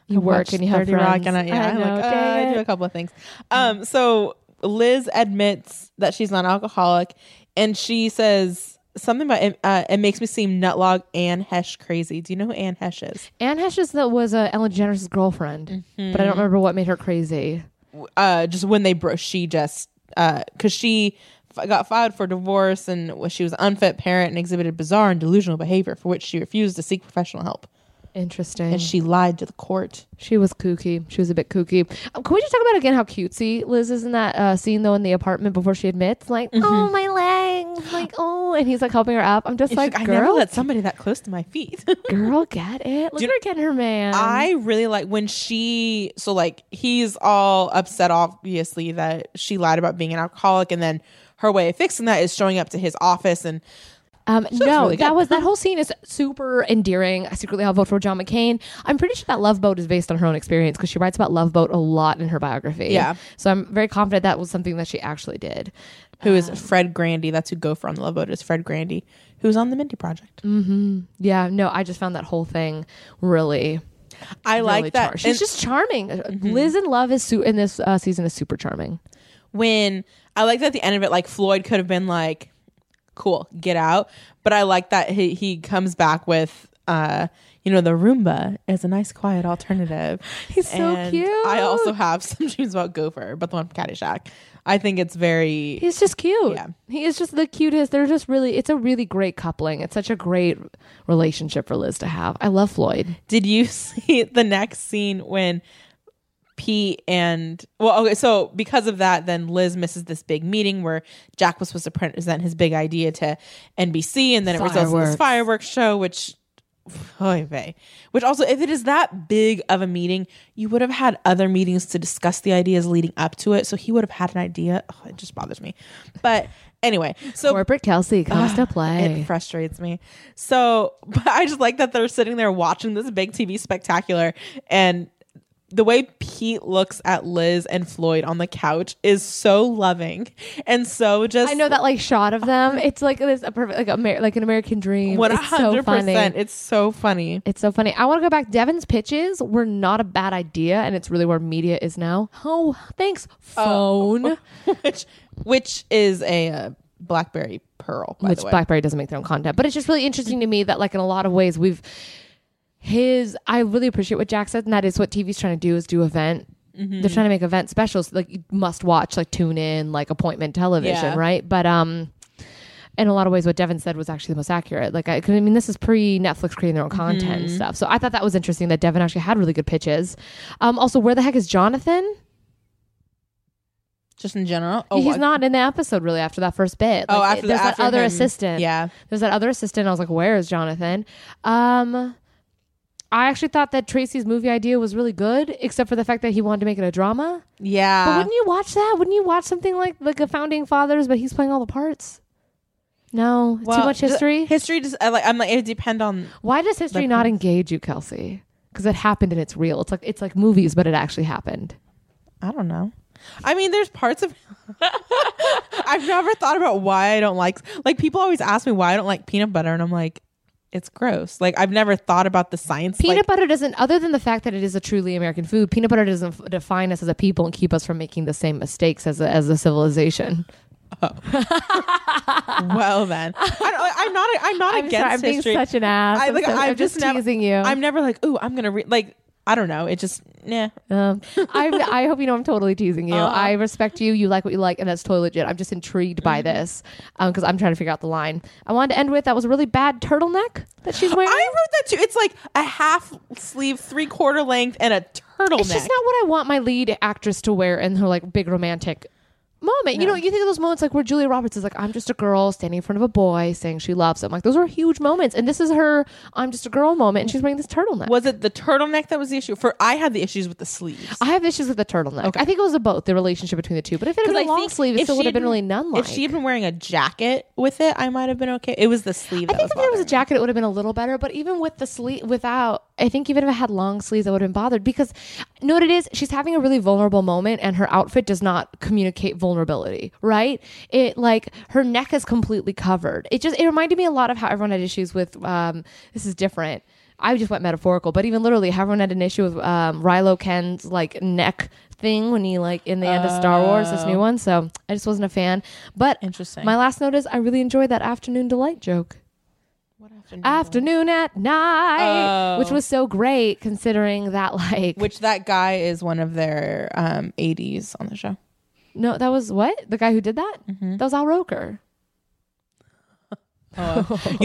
Speaker 2: You
Speaker 3: I
Speaker 2: work
Speaker 3: watched
Speaker 2: and you have
Speaker 3: 30
Speaker 2: friends.
Speaker 3: Rock and I, yeah,
Speaker 2: I
Speaker 3: I, am
Speaker 2: know,
Speaker 3: like, uh,
Speaker 2: dang
Speaker 3: I do
Speaker 2: it.
Speaker 3: a couple of things. Um, so Liz admits that she's not alcoholic, and she says something about it, uh, it makes me seem nutlog Anne Hesh crazy. Do you know who Anne Hesh is?
Speaker 2: Anne Hesh is that was uh, Ellen DeGeneres' girlfriend, but I
Speaker 3: Mm-hmm.
Speaker 2: don't remember what made her crazy.
Speaker 3: Uh, just when they bro, she just because she. f- Got filed for divorce, and was- she was an unfit parent and exhibited bizarre and delusional behavior for which she refused to seek professional help.
Speaker 2: Interesting.
Speaker 3: And she lied to the court.
Speaker 2: She was kooky. She was a bit kooky. Um, can we just talk about again how cutesy Liz is in that uh, scene though in the apartment before she admits, like,
Speaker 3: Mm-hmm.
Speaker 2: oh my leg, like oh, and he's like helping her up. I'm just
Speaker 3: It's
Speaker 2: like,
Speaker 3: like, I never
Speaker 2: girl,
Speaker 3: let somebody that close to my feet.
Speaker 2: girl, get it. Look
Speaker 3: you
Speaker 2: at her getting her man.
Speaker 3: I really like when she so like he's all upset obviously that she lied about being an alcoholic and then her way of fixing that is showing up to his office and
Speaker 2: um, no,
Speaker 3: really
Speaker 2: that
Speaker 3: good.
Speaker 2: was that whole scene is super endearing. I secretly I'll vote for John McCain. I'm pretty sure that Love Boat is based on her own experience because she writes about Love Boat a lot in her biography.
Speaker 3: Yeah.
Speaker 2: so I'm very confident that was something that she actually did.
Speaker 3: who is Fred Grandy that's who Gopher on the Love Boat is Fred Grandy who's on the Mindy Project
Speaker 2: Yeah, no, I just found that whole thing really
Speaker 3: I
Speaker 2: really
Speaker 3: like that
Speaker 2: char- She's
Speaker 3: And-
Speaker 2: just charming. Uh, Liz in love is su- in this uh, season is super charming.
Speaker 3: when I liked at the end of it, like Floyd could have been like, "Cool, get out," but I like that he he comes back with, uh, you know, the Roomba is a nice, quiet alternative.
Speaker 2: He's so cute.
Speaker 3: I also have some dreams about Gopher, but the one from Caddyshack. I think it's very
Speaker 2: He's just cute.
Speaker 3: Yeah.
Speaker 2: He is just the cutest. They're just really. It's a really great coupling. It's such a great relationship for Liz to have. I love Floyd.
Speaker 3: Did you see the next scene when Pete and well, okay, so because of that, then Liz misses this big meeting where Jack was supposed to present his big idea to NBC, and then it results in this
Speaker 2: Fireworks.
Speaker 3: fireworks show, which. Oy vey. Which also, if it is that big of a meeting, you would have had other meetings to discuss the ideas leading up to it. So he would have had an idea. Oh, it just bothers me. But anyway, so
Speaker 2: Corporate Kelsey comes to
Speaker 3: it
Speaker 2: play.
Speaker 3: frustrates me. So, but I just like that they're sitting there watching this big TV spectacular and the way Pete looks at Liz and Floyd on the couch is so loving and so just
Speaker 2: I know that like shot of them. It's like this a perfect like a Amer- like an American dream.
Speaker 3: one
Speaker 2: It's so
Speaker 3: hundred percent.
Speaker 2: funny.
Speaker 3: It's so funny.
Speaker 2: It's so funny. I want to go back. Devin's pitches were not a bad idea, and it's really where media is now. Oh, thanks, phone.
Speaker 3: which which is a uh, blackberry pearl. By
Speaker 2: which
Speaker 3: the way.
Speaker 2: blackberry doesn't make their own content but it's just really interesting to me that like in a lot of ways we've his i really appreciate what jack said and that is what tv's trying to do is do event
Speaker 3: Mm-hmm.
Speaker 2: they're trying to make event specials like you must watch like tune in like appointment television
Speaker 3: Yeah.
Speaker 2: right but um in a lot of ways, what Devin said was actually the most accurate. Like, I, 'cause, I mean, this is pre Netflix creating their own content
Speaker 3: Mm-hmm.
Speaker 2: and stuff. So I thought that was interesting that Devin actually had really good pitches. Um, also, where the heck is Jonathan?
Speaker 3: just in general.
Speaker 2: He's
Speaker 3: Oh, I-
Speaker 2: not in the episode really after that first bit.
Speaker 3: Oh,
Speaker 2: Like,
Speaker 3: after the-
Speaker 2: there's
Speaker 3: after
Speaker 2: that other
Speaker 3: him.
Speaker 2: assistant
Speaker 3: Yeah,
Speaker 2: there's that other assistant. I was like, where is Jonathan? Um, I actually thought that Tracy's movie idea was really good, except for the fact that he wanted to make it a drama. But
Speaker 3: yeah.
Speaker 2: wouldn't you watch that? Wouldn't you watch something like like a Founding Fathers, but he's playing all the parts? No, it's
Speaker 3: Well,
Speaker 2: too much history.
Speaker 3: History just I like I'm like it depend on
Speaker 2: Why does history not engage you, Kelsey? Because it happened and it's real. It's like it's like movies, but it actually happened.
Speaker 3: I don't know. I mean, there's parts of. I've never thought about why I don't like. Like people always ask me why I don't like peanut butter, and I'm like, it's gross. Like I've never thought about the science.
Speaker 2: Peanut
Speaker 3: like,
Speaker 2: butter doesn't, other than the fact that it is a truly American food, peanut butter doesn't f- define us as a people and keep us from making the same mistakes as a, as a civilization.
Speaker 3: well, then I don't, I'm not. I'm not
Speaker 2: I'm
Speaker 3: against
Speaker 2: sorry, I'm being
Speaker 3: history.
Speaker 2: such an ass.
Speaker 3: I,
Speaker 2: I'm
Speaker 3: like,
Speaker 2: so-
Speaker 3: I'm
Speaker 2: I'm
Speaker 3: just,
Speaker 2: just teasing you.
Speaker 3: I'm never like, ooh, I'm gonna read. Like I don't know. It just yeah.
Speaker 2: Um, I, I hope you know I'm totally teasing you.
Speaker 3: Uh-huh.
Speaker 2: I respect you. You like what you like, and that's totally legit. I'm just intrigued by
Speaker 3: Mm-hmm.
Speaker 2: this because I'm trying to figure out the line. I wanted to end with that was a really bad turtleneck that she's
Speaker 3: I
Speaker 2: wearing.
Speaker 3: wrote that too. It's like a half sleeve, three quarter length, and a turtleneck.
Speaker 2: It's just not what I want my lead actress to wear in her like big romantic moment. You know, you think of those moments like where Julia Roberts is like, I'm just a girl standing in front of a boy saying she loves him. Like those are huge moments. And this is her I'm just a girl moment and she's wearing this turtleneck.
Speaker 3: was it the turtleneck that was the issue? For I had the issues with the sleeves.
Speaker 2: I have issues with the turtleneck. I think it was a both, the relationship between the two. But if it had been a long sleeve, it
Speaker 3: if
Speaker 2: still would
Speaker 3: she
Speaker 2: have been
Speaker 3: hadn't-
Speaker 2: really nun like.
Speaker 3: If she had been wearing a jacket with it, I might have been okay. It was the sleeve.
Speaker 2: I
Speaker 3: that
Speaker 2: think if there was a
Speaker 3: bothering me.
Speaker 2: jacket, it would have been a little better. But even with the sleeve, without, I think even if it had long sleeves, I would have been bothered because, you know what it is? She's having a really vulnerable moment, and her outfit does not communicate vulnerability, right? It like her neck is completely covered. It just it reminded me a lot of how everyone had issues with. Um, this is different. I just went metaphorical, but even literally, how everyone had an issue with um, Rilo Ken's like neck thing when he like in the end of Star Wars, this new one. So I just wasn't a fan. But
Speaker 3: Oh. Interesting.
Speaker 2: My last note is I really enjoyed that afternoon delight joke afternoon at night,
Speaker 3: Oh.
Speaker 2: which was so great considering that like
Speaker 3: Which that guy is one of their um, 80s on the show.
Speaker 2: no, that was what the guy who did that. That was Al Roker.
Speaker 3: You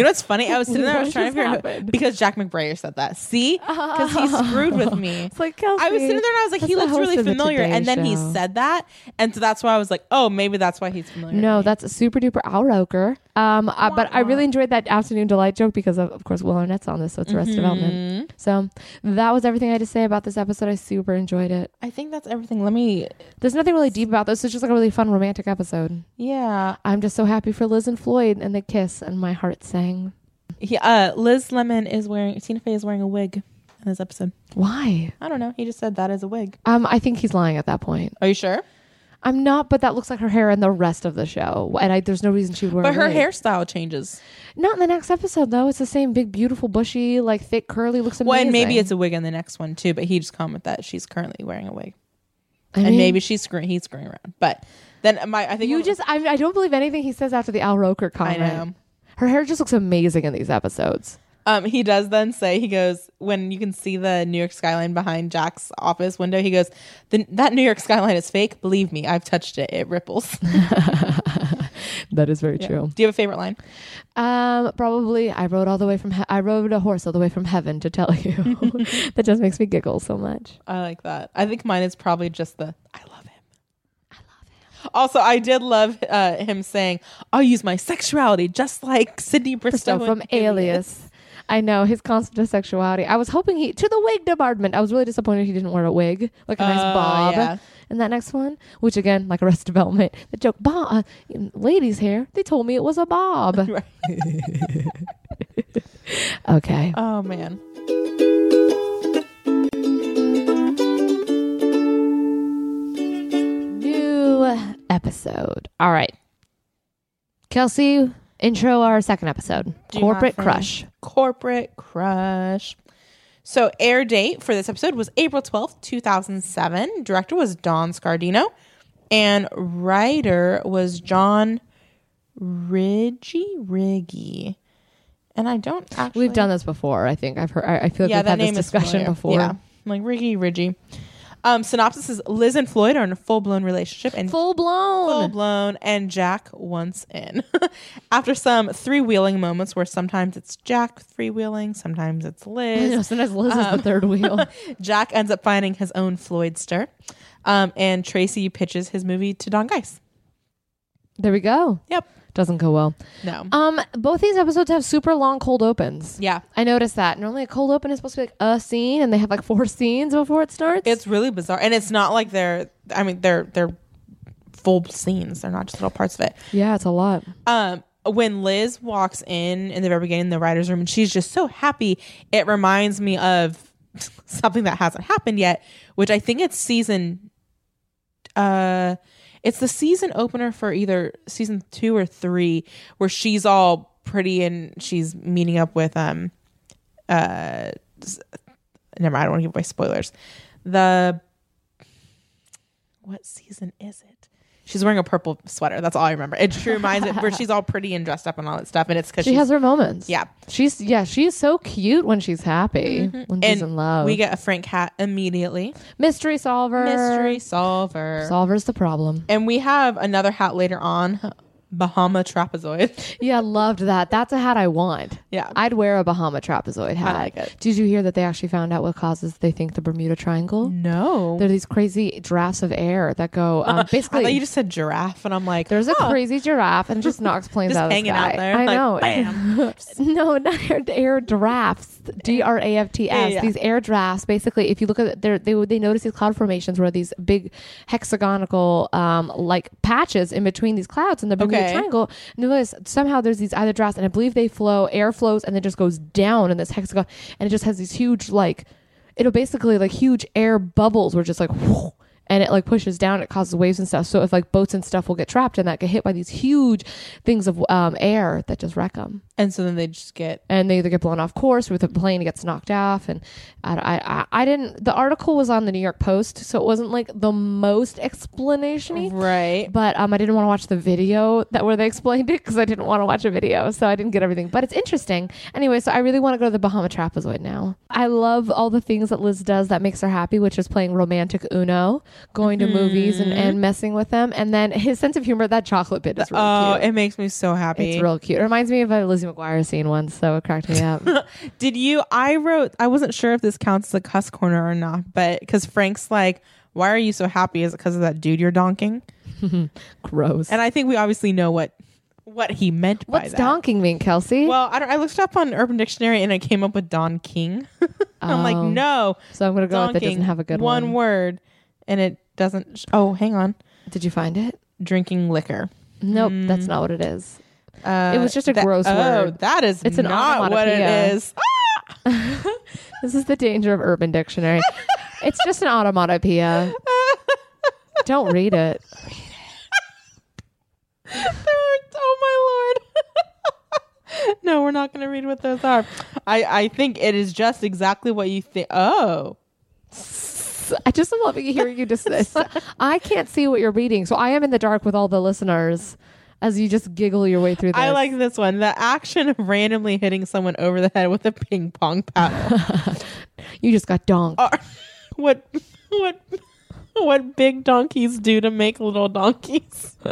Speaker 3: know what's funny? I was sitting there, I
Speaker 2: Oh. What
Speaker 3: was trying
Speaker 2: just
Speaker 3: to figure out
Speaker 2: happened?
Speaker 3: because Jack McBrayer said that. See, because he screwed with me.
Speaker 2: It's like
Speaker 3: I was sitting there and I was like,
Speaker 2: That's the
Speaker 3: he looks
Speaker 2: host
Speaker 3: really
Speaker 2: of the
Speaker 3: familiar, and
Speaker 2: Today
Speaker 3: then he
Speaker 2: Show.
Speaker 3: said that, and so that's why I was like, oh, maybe that's why he's familiar.
Speaker 2: No, that's a super duper Al Roker. Um, uh, but I really enjoyed that afternoon delight joke because of, of course Will Arnett's on this, so it's Arrested
Speaker 3: Mm-hmm.
Speaker 2: Development. So that was everything I had to say about this episode. I super enjoyed it.
Speaker 3: I think that's everything. Let me.
Speaker 2: There's nothing really deep about this. It's just like a really fun romantic episode.
Speaker 3: Yeah,
Speaker 2: I'm just so happy for Liz and Floyd and the kiss, and my heart sang.
Speaker 3: he, uh, Liz Lemon is wearing Tina Fey is wearing a wig in this episode.
Speaker 2: Why?
Speaker 3: I don't know. He just said that as a wig.
Speaker 2: Um, I think he's lying at that point.
Speaker 3: Are you sure?
Speaker 2: I'm not, but that looks like her hair in the rest of the show, and I, there's no reason she would wear. a
Speaker 3: But her
Speaker 2: wig.
Speaker 3: hairstyle changes.
Speaker 2: not in the next episode though. It's the same big, beautiful, bushy, like thick, curly. Looks amazing.
Speaker 3: Well, and maybe it's a wig in the next one too. But he just commented that she's currently wearing a wig,
Speaker 2: I
Speaker 3: and
Speaker 2: mean,
Speaker 3: maybe she's screwing. He's screwing around. But then my, I think
Speaker 2: you
Speaker 3: one-
Speaker 2: just. I, I don't believe anything he says after the Al Roker
Speaker 3: I
Speaker 2: comment.
Speaker 3: know.
Speaker 2: Her hair just looks amazing in these episodes.
Speaker 3: Um, he does then say he goes when you can see the New York skyline behind Jack's office window. He goes, "The- "That New York skyline is fake. Believe me, I've touched it. It ripples."
Speaker 2: That is very
Speaker 3: Do you have a favorite line?
Speaker 2: Um, probably I rode all the way from. He- I rode a horse all the way from heaven to tell you. that just makes me giggle so much.
Speaker 3: I like that. I think mine is probably just the "I love him." I love him. Also, I did love uh, him saying, "I'll use my sexuality just like Sidney Bristow,
Speaker 2: So from
Speaker 3: in
Speaker 2: Alias. I know his constant sexuality. I was hoping he to the wig department. I was really disappointed he didn't wear a wig, like a nice
Speaker 3: Oh,
Speaker 2: bob.
Speaker 3: yeah.
Speaker 2: And that next one, which again, like Arrested Development, the joke, bob, uh, ladies' hair. They told me it was a bob.
Speaker 3: Right.
Speaker 2: okay,
Speaker 3: Oh man.
Speaker 2: new episode. All right, Kelsey, intro our second episode,
Speaker 3: Do you want
Speaker 2: Corporate
Speaker 3: from-
Speaker 2: Crush.
Speaker 3: Corporate Crush. So, air date for this episode was April 12th, 2007. Director was Don Scardino, and writer was John Riggy Riggy. And I don't actually.
Speaker 2: We've done this before. I think I've heard. I, I feel like
Speaker 3: yeah,
Speaker 2: we've
Speaker 3: that
Speaker 2: had
Speaker 3: name
Speaker 2: this
Speaker 3: is
Speaker 2: discussion
Speaker 3: familiar.
Speaker 2: before.
Speaker 3: Yeah, like Riggy Riggy. Um, synopsis is Liz and Floyd are in a full blown relationship, and
Speaker 2: Full blown.
Speaker 3: full blown and Jack once in. After some three wheeling moments where sometimes it's Jack three wheeling, sometimes it's
Speaker 2: You know,
Speaker 3: Liz,
Speaker 2: sometimes Liz is
Speaker 3: Um,
Speaker 2: the third wheel.
Speaker 3: Jack ends up finding his own Floydster. Um, and Tracy pitches his movie to Don Geis.
Speaker 2: There we go.
Speaker 3: Yep.
Speaker 2: Doesn't go well.
Speaker 3: No.
Speaker 2: Um, both these episodes have super long cold opens.
Speaker 3: yeah.
Speaker 2: I noticed that. Normally a cold open is supposed to be like a scene and they have like four scenes before it starts.
Speaker 3: It's really bizarre. And it's not like they're I mean, they're they're full scenes. They're not just little parts of it.
Speaker 2: yeah, it's a lot.
Speaker 3: um when liz walks in in the very beginning in the writers room and she's just so happy it reminds me of something that hasn't happened yet which i think it's season uh it's the season opener for either season two or three where she's all pretty and she's meeting up with um uh s- never mind i don't want to give away spoilers the what season is it? She's wearing a purple sweater. That's all I remember. It just reminds me where she's all pretty and dressed up and all that stuff. And it's because
Speaker 2: She has her moments.
Speaker 3: yeah. Mm-hmm.
Speaker 2: She's yeah, she's so cute when she's happy. When she's
Speaker 3: And
Speaker 2: in love.
Speaker 3: we get a Frank hat immediately.
Speaker 2: mystery solver.
Speaker 3: Mystery solver.
Speaker 2: solver's the problem.
Speaker 3: and we have another hat later on Bahama trapezoid.
Speaker 2: Yeah, loved that. That's a hat I want.
Speaker 3: Yeah.
Speaker 2: I'd wear a Bahama trapezoid hat.
Speaker 3: like it.
Speaker 2: Did you hear that they actually found out what causes they think the Bermuda Triangle?
Speaker 3: No.
Speaker 2: There are these crazy drafts of air that go um,
Speaker 3: I
Speaker 2: basically.
Speaker 3: thought you just said giraffe, and I'm like,
Speaker 2: there's a
Speaker 3: huh,
Speaker 2: crazy giraffe and it just knocks planes
Speaker 3: just
Speaker 2: out of the
Speaker 3: hanging out
Speaker 2: sky.
Speaker 3: there.
Speaker 2: I
Speaker 3: like,
Speaker 2: know.
Speaker 3: Bam.
Speaker 2: No, not air, air drafts. D R A F T
Speaker 3: Yeah,
Speaker 2: S.
Speaker 3: yeah.
Speaker 2: These air drafts. Basically, if you look at their, they would- they notice these cloud formations where these big hexagonical um like patches in between these clouds in the Bermuda
Speaker 3: Okay.
Speaker 2: Triangle. And they realize somehow there's these either drafts, and I believe they flow air flows, and then just goes down in this hexagon, and it just has these huge like, it'll basically like huge air bubbles were just like. whoosh, and it like pushes down, it causes waves and stuff. So if like boats and stuff will get trapped in that, get hit by these huge things of um, air that just wreck them
Speaker 3: and so then they just get.
Speaker 2: and they either get blown off course with a plane gets knocked off and I, I, I- I didn't the article was on the new york post so it wasn't like the most explanation
Speaker 3: Right.
Speaker 2: but um, i didn't want to watch the video that where they explained it because i didn't want to watch a video so i didn't get everything but it's interesting anyway so i really want to go to the bahama trapezoid now i love all the things that liz does that makes her happy which is playing romantic uno going to movies and,
Speaker 3: Mm-hmm.
Speaker 2: and messing with them and then his sense of humor that chocolate bit is really
Speaker 3: Oh,
Speaker 2: cute
Speaker 3: it makes me so happy.
Speaker 2: it's real cute. It reminds me of a Lizzie McGuire scene once, so it cracked me up.
Speaker 3: Did you? I wrote. I wasn't sure if this counts as a cuss corner or not, but because Frank's like, "Why are you so happy? Is it because of that dude you're donking?"
Speaker 2: Gross.
Speaker 3: And I think we obviously know what what he meant by
Speaker 2: What's
Speaker 3: that.
Speaker 2: donking mean, Kelsey?
Speaker 3: Well, I, don't, I looked up on Urban Dictionary and I came up with Don King. I'm like,
Speaker 2: Oh.
Speaker 3: no,
Speaker 2: so I'm gonna go with that
Speaker 3: donking,
Speaker 2: doesn't have a good one.
Speaker 3: one word, and it doesn't. Sh- oh, hang on,
Speaker 2: Did you find it?
Speaker 3: drinking liquor.
Speaker 2: Nope,
Speaker 3: Mm.
Speaker 2: that's not what it is.
Speaker 3: Uh,
Speaker 2: It was just a gross
Speaker 3: oh,
Speaker 2: word.
Speaker 3: that is
Speaker 2: It's an
Speaker 3: not what it
Speaker 2: onomatopoeia.
Speaker 3: is.
Speaker 2: This is the danger of Urban Dictionary. it's just an automatopoeia. Don't read it.
Speaker 3: They're- oh my lord. no, we're not going to read what those are. I I think it is just exactly what you think. Oh.
Speaker 2: I just am loving hearing you just this. I can't see what you're reading, so I am in the dark with all the listeners as you just giggle your way through this.
Speaker 3: I like this one. The action of randomly hitting someone over the head with a ping pong paddle.
Speaker 2: you just got donked.
Speaker 3: Are- what what what big donkeys do to make little donkeys?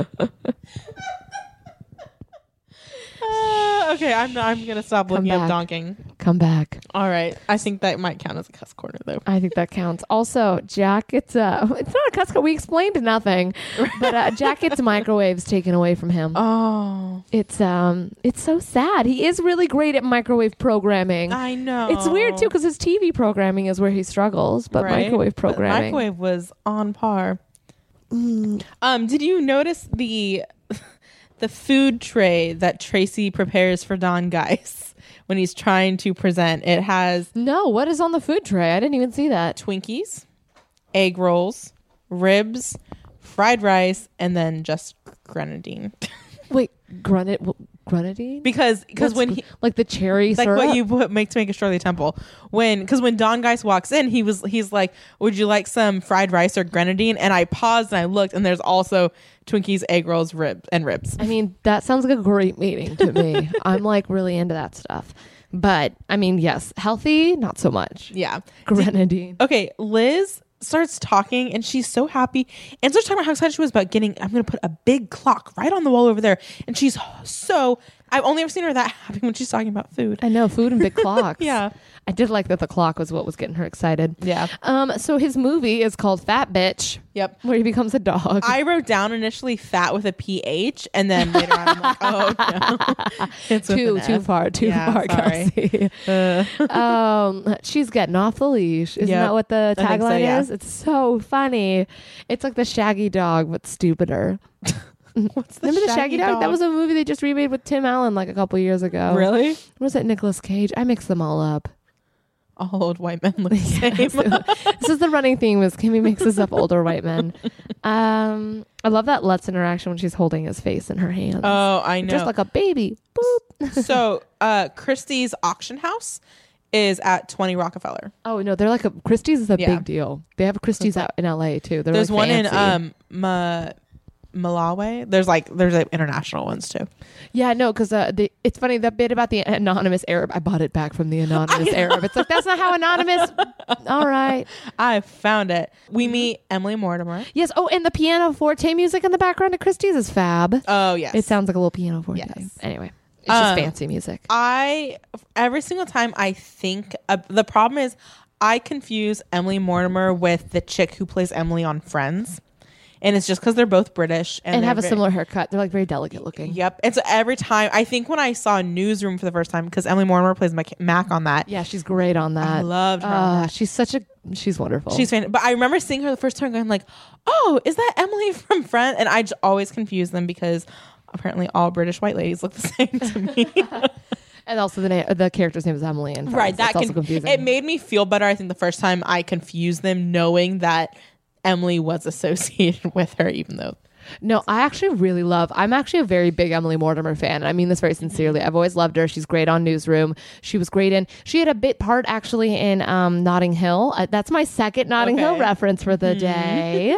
Speaker 3: Uh, okay, I'm I'm gonna stop looking up
Speaker 2: back.
Speaker 3: donking.
Speaker 2: Come back.
Speaker 3: All right, I think that might count as a cuss corner though.
Speaker 2: I think that counts. Also, Jack gets uh, it's not a cuss. We explained nothing, but uh, Jack gets microwaves taken away from him.
Speaker 3: Oh,
Speaker 2: It's um, it's so sad. He is really great at microwave programming.
Speaker 3: I know.
Speaker 2: It's weird too because his TV programming is where he struggles, but
Speaker 3: Right?
Speaker 2: microwave
Speaker 3: But
Speaker 2: programming.
Speaker 3: microwave was on par. Um, did you notice the the food tray that Tracy prepares for Don Geis when he's trying to present? It has
Speaker 2: No, what is on the food tray? I didn't even see that.
Speaker 3: Twinkies, egg rolls, ribs, fried rice, and then just grenadine.
Speaker 2: Wait, grunit, wh- grenadine?
Speaker 3: because because
Speaker 2: What's
Speaker 3: when
Speaker 2: gr-
Speaker 3: he
Speaker 2: like the cherry
Speaker 3: like
Speaker 2: syrup.
Speaker 3: what you put make to make a Shirley Temple when because when Don Geis walks in, he was he's like, "Would you like some fried rice or grenadine?" And I paused and I looked, and there's also Twinkies, egg rolls, ribs, and ribs.
Speaker 2: I mean, that sounds like a great meeting to me. I'm like really into that stuff. But I mean, yes, healthy, not so much.
Speaker 3: Yeah. Oh.
Speaker 2: Grenadine.
Speaker 3: Okay, Liz starts talking and she's so happy and starts talking about how excited she was about getting I'm gonna put a big clock right on the wall over there. And she's so I've only ever seen her that happy when she's talking about food.
Speaker 2: I know food and big clocks.
Speaker 3: Yeah.
Speaker 2: I did like that the clock was what was getting her excited.
Speaker 3: Yeah.
Speaker 2: Um. So his movie is called Fat Bitch.
Speaker 3: Yep.
Speaker 2: Where he becomes a dog.
Speaker 3: I wrote down initially fat with a PH and then later on I'm like, oh no. it's with
Speaker 2: too
Speaker 3: an
Speaker 2: too
Speaker 3: F.
Speaker 2: far. Too
Speaker 3: Yeah,
Speaker 2: far,
Speaker 3: sorry. Uh.
Speaker 2: Kelsey. um. She's getting off the leash. Isn't
Speaker 3: Yep.
Speaker 2: that what the
Speaker 3: I think so,
Speaker 2: tagline
Speaker 3: yeah.
Speaker 2: is? It's so funny. It's like the Shaggy Dog, but stupider.
Speaker 3: What's the
Speaker 2: Remember the Shaggy Dog? That was a movie they just remade with Tim Allen like a couple years ago.
Speaker 3: really
Speaker 2: What Was it Nicolas Cage? I mix them all up.
Speaker 3: all old white men look the same.
Speaker 2: this is the running theme is Kimmy mixes up older white men. Um, I love that Let's interaction when she's holding his face in her hands.
Speaker 3: oh, I know.
Speaker 2: Just like a baby. Boop.
Speaker 3: so, uh, Christie's auction house is at 20 Rockefeller.
Speaker 2: Oh no, they're like a Christie's is a
Speaker 3: Yeah.
Speaker 2: big deal. They have a Christie's out in LA too. They're
Speaker 3: There's
Speaker 2: like
Speaker 3: one in
Speaker 2: fancy.
Speaker 3: um Ma- Malawi. There's like there's like international ones too.
Speaker 2: Yeah, no, because uh, the it's funny that bit about the anonymous Arab. I bought it back from the anonymous Arab. It's like that's not how anonymous. All right.
Speaker 3: I found it. We
Speaker 2: Mm-hmm.
Speaker 3: meet Emily Mortimer.
Speaker 2: Yes. Oh, and the piano forte music in the background at Christie's is fab.
Speaker 3: Oh yes,
Speaker 2: It sounds like a little piano forte.
Speaker 3: Yes.
Speaker 2: Anyway, it's just
Speaker 3: Um,
Speaker 2: fancy music.
Speaker 3: I every single time I think uh, the problem is I confuse Emily Mortimer with the chick who plays Emily on Friends, and it's just because they're both British and,
Speaker 2: and
Speaker 3: they're
Speaker 2: have a
Speaker 3: ve-
Speaker 2: similar haircut. They're like very delicate looking.
Speaker 3: Yep, and so every time I think when I saw Newsroom for the first time because Emily Mortimer plays Mac, Mac on that.
Speaker 2: Yeah, she's great on that.
Speaker 3: I loved her on
Speaker 2: Uh, she's such a she's wonderful.
Speaker 3: She's fan, but I remember seeing her the first time going like, "Oh, is that Emily from Friends?" And I j- always confuse them because apparently all British white ladies look the same to me.
Speaker 2: and also the na- the character's name is Emily. And
Speaker 3: right that
Speaker 2: that's
Speaker 3: can
Speaker 2: also confusing.
Speaker 3: it made me feel better i think the first time i confused them knowing that emily was associated with her even though
Speaker 2: No, I actually really love. I'm actually a very big Emily Mortimer fan. I mean this very sincerely. I've always loved her. She's great on Newsroom. She was great in. She had a bit part actually in um, Notting Hill. Uh, that's my second Notting Hill
Speaker 3: Okay.
Speaker 2: reference for the day.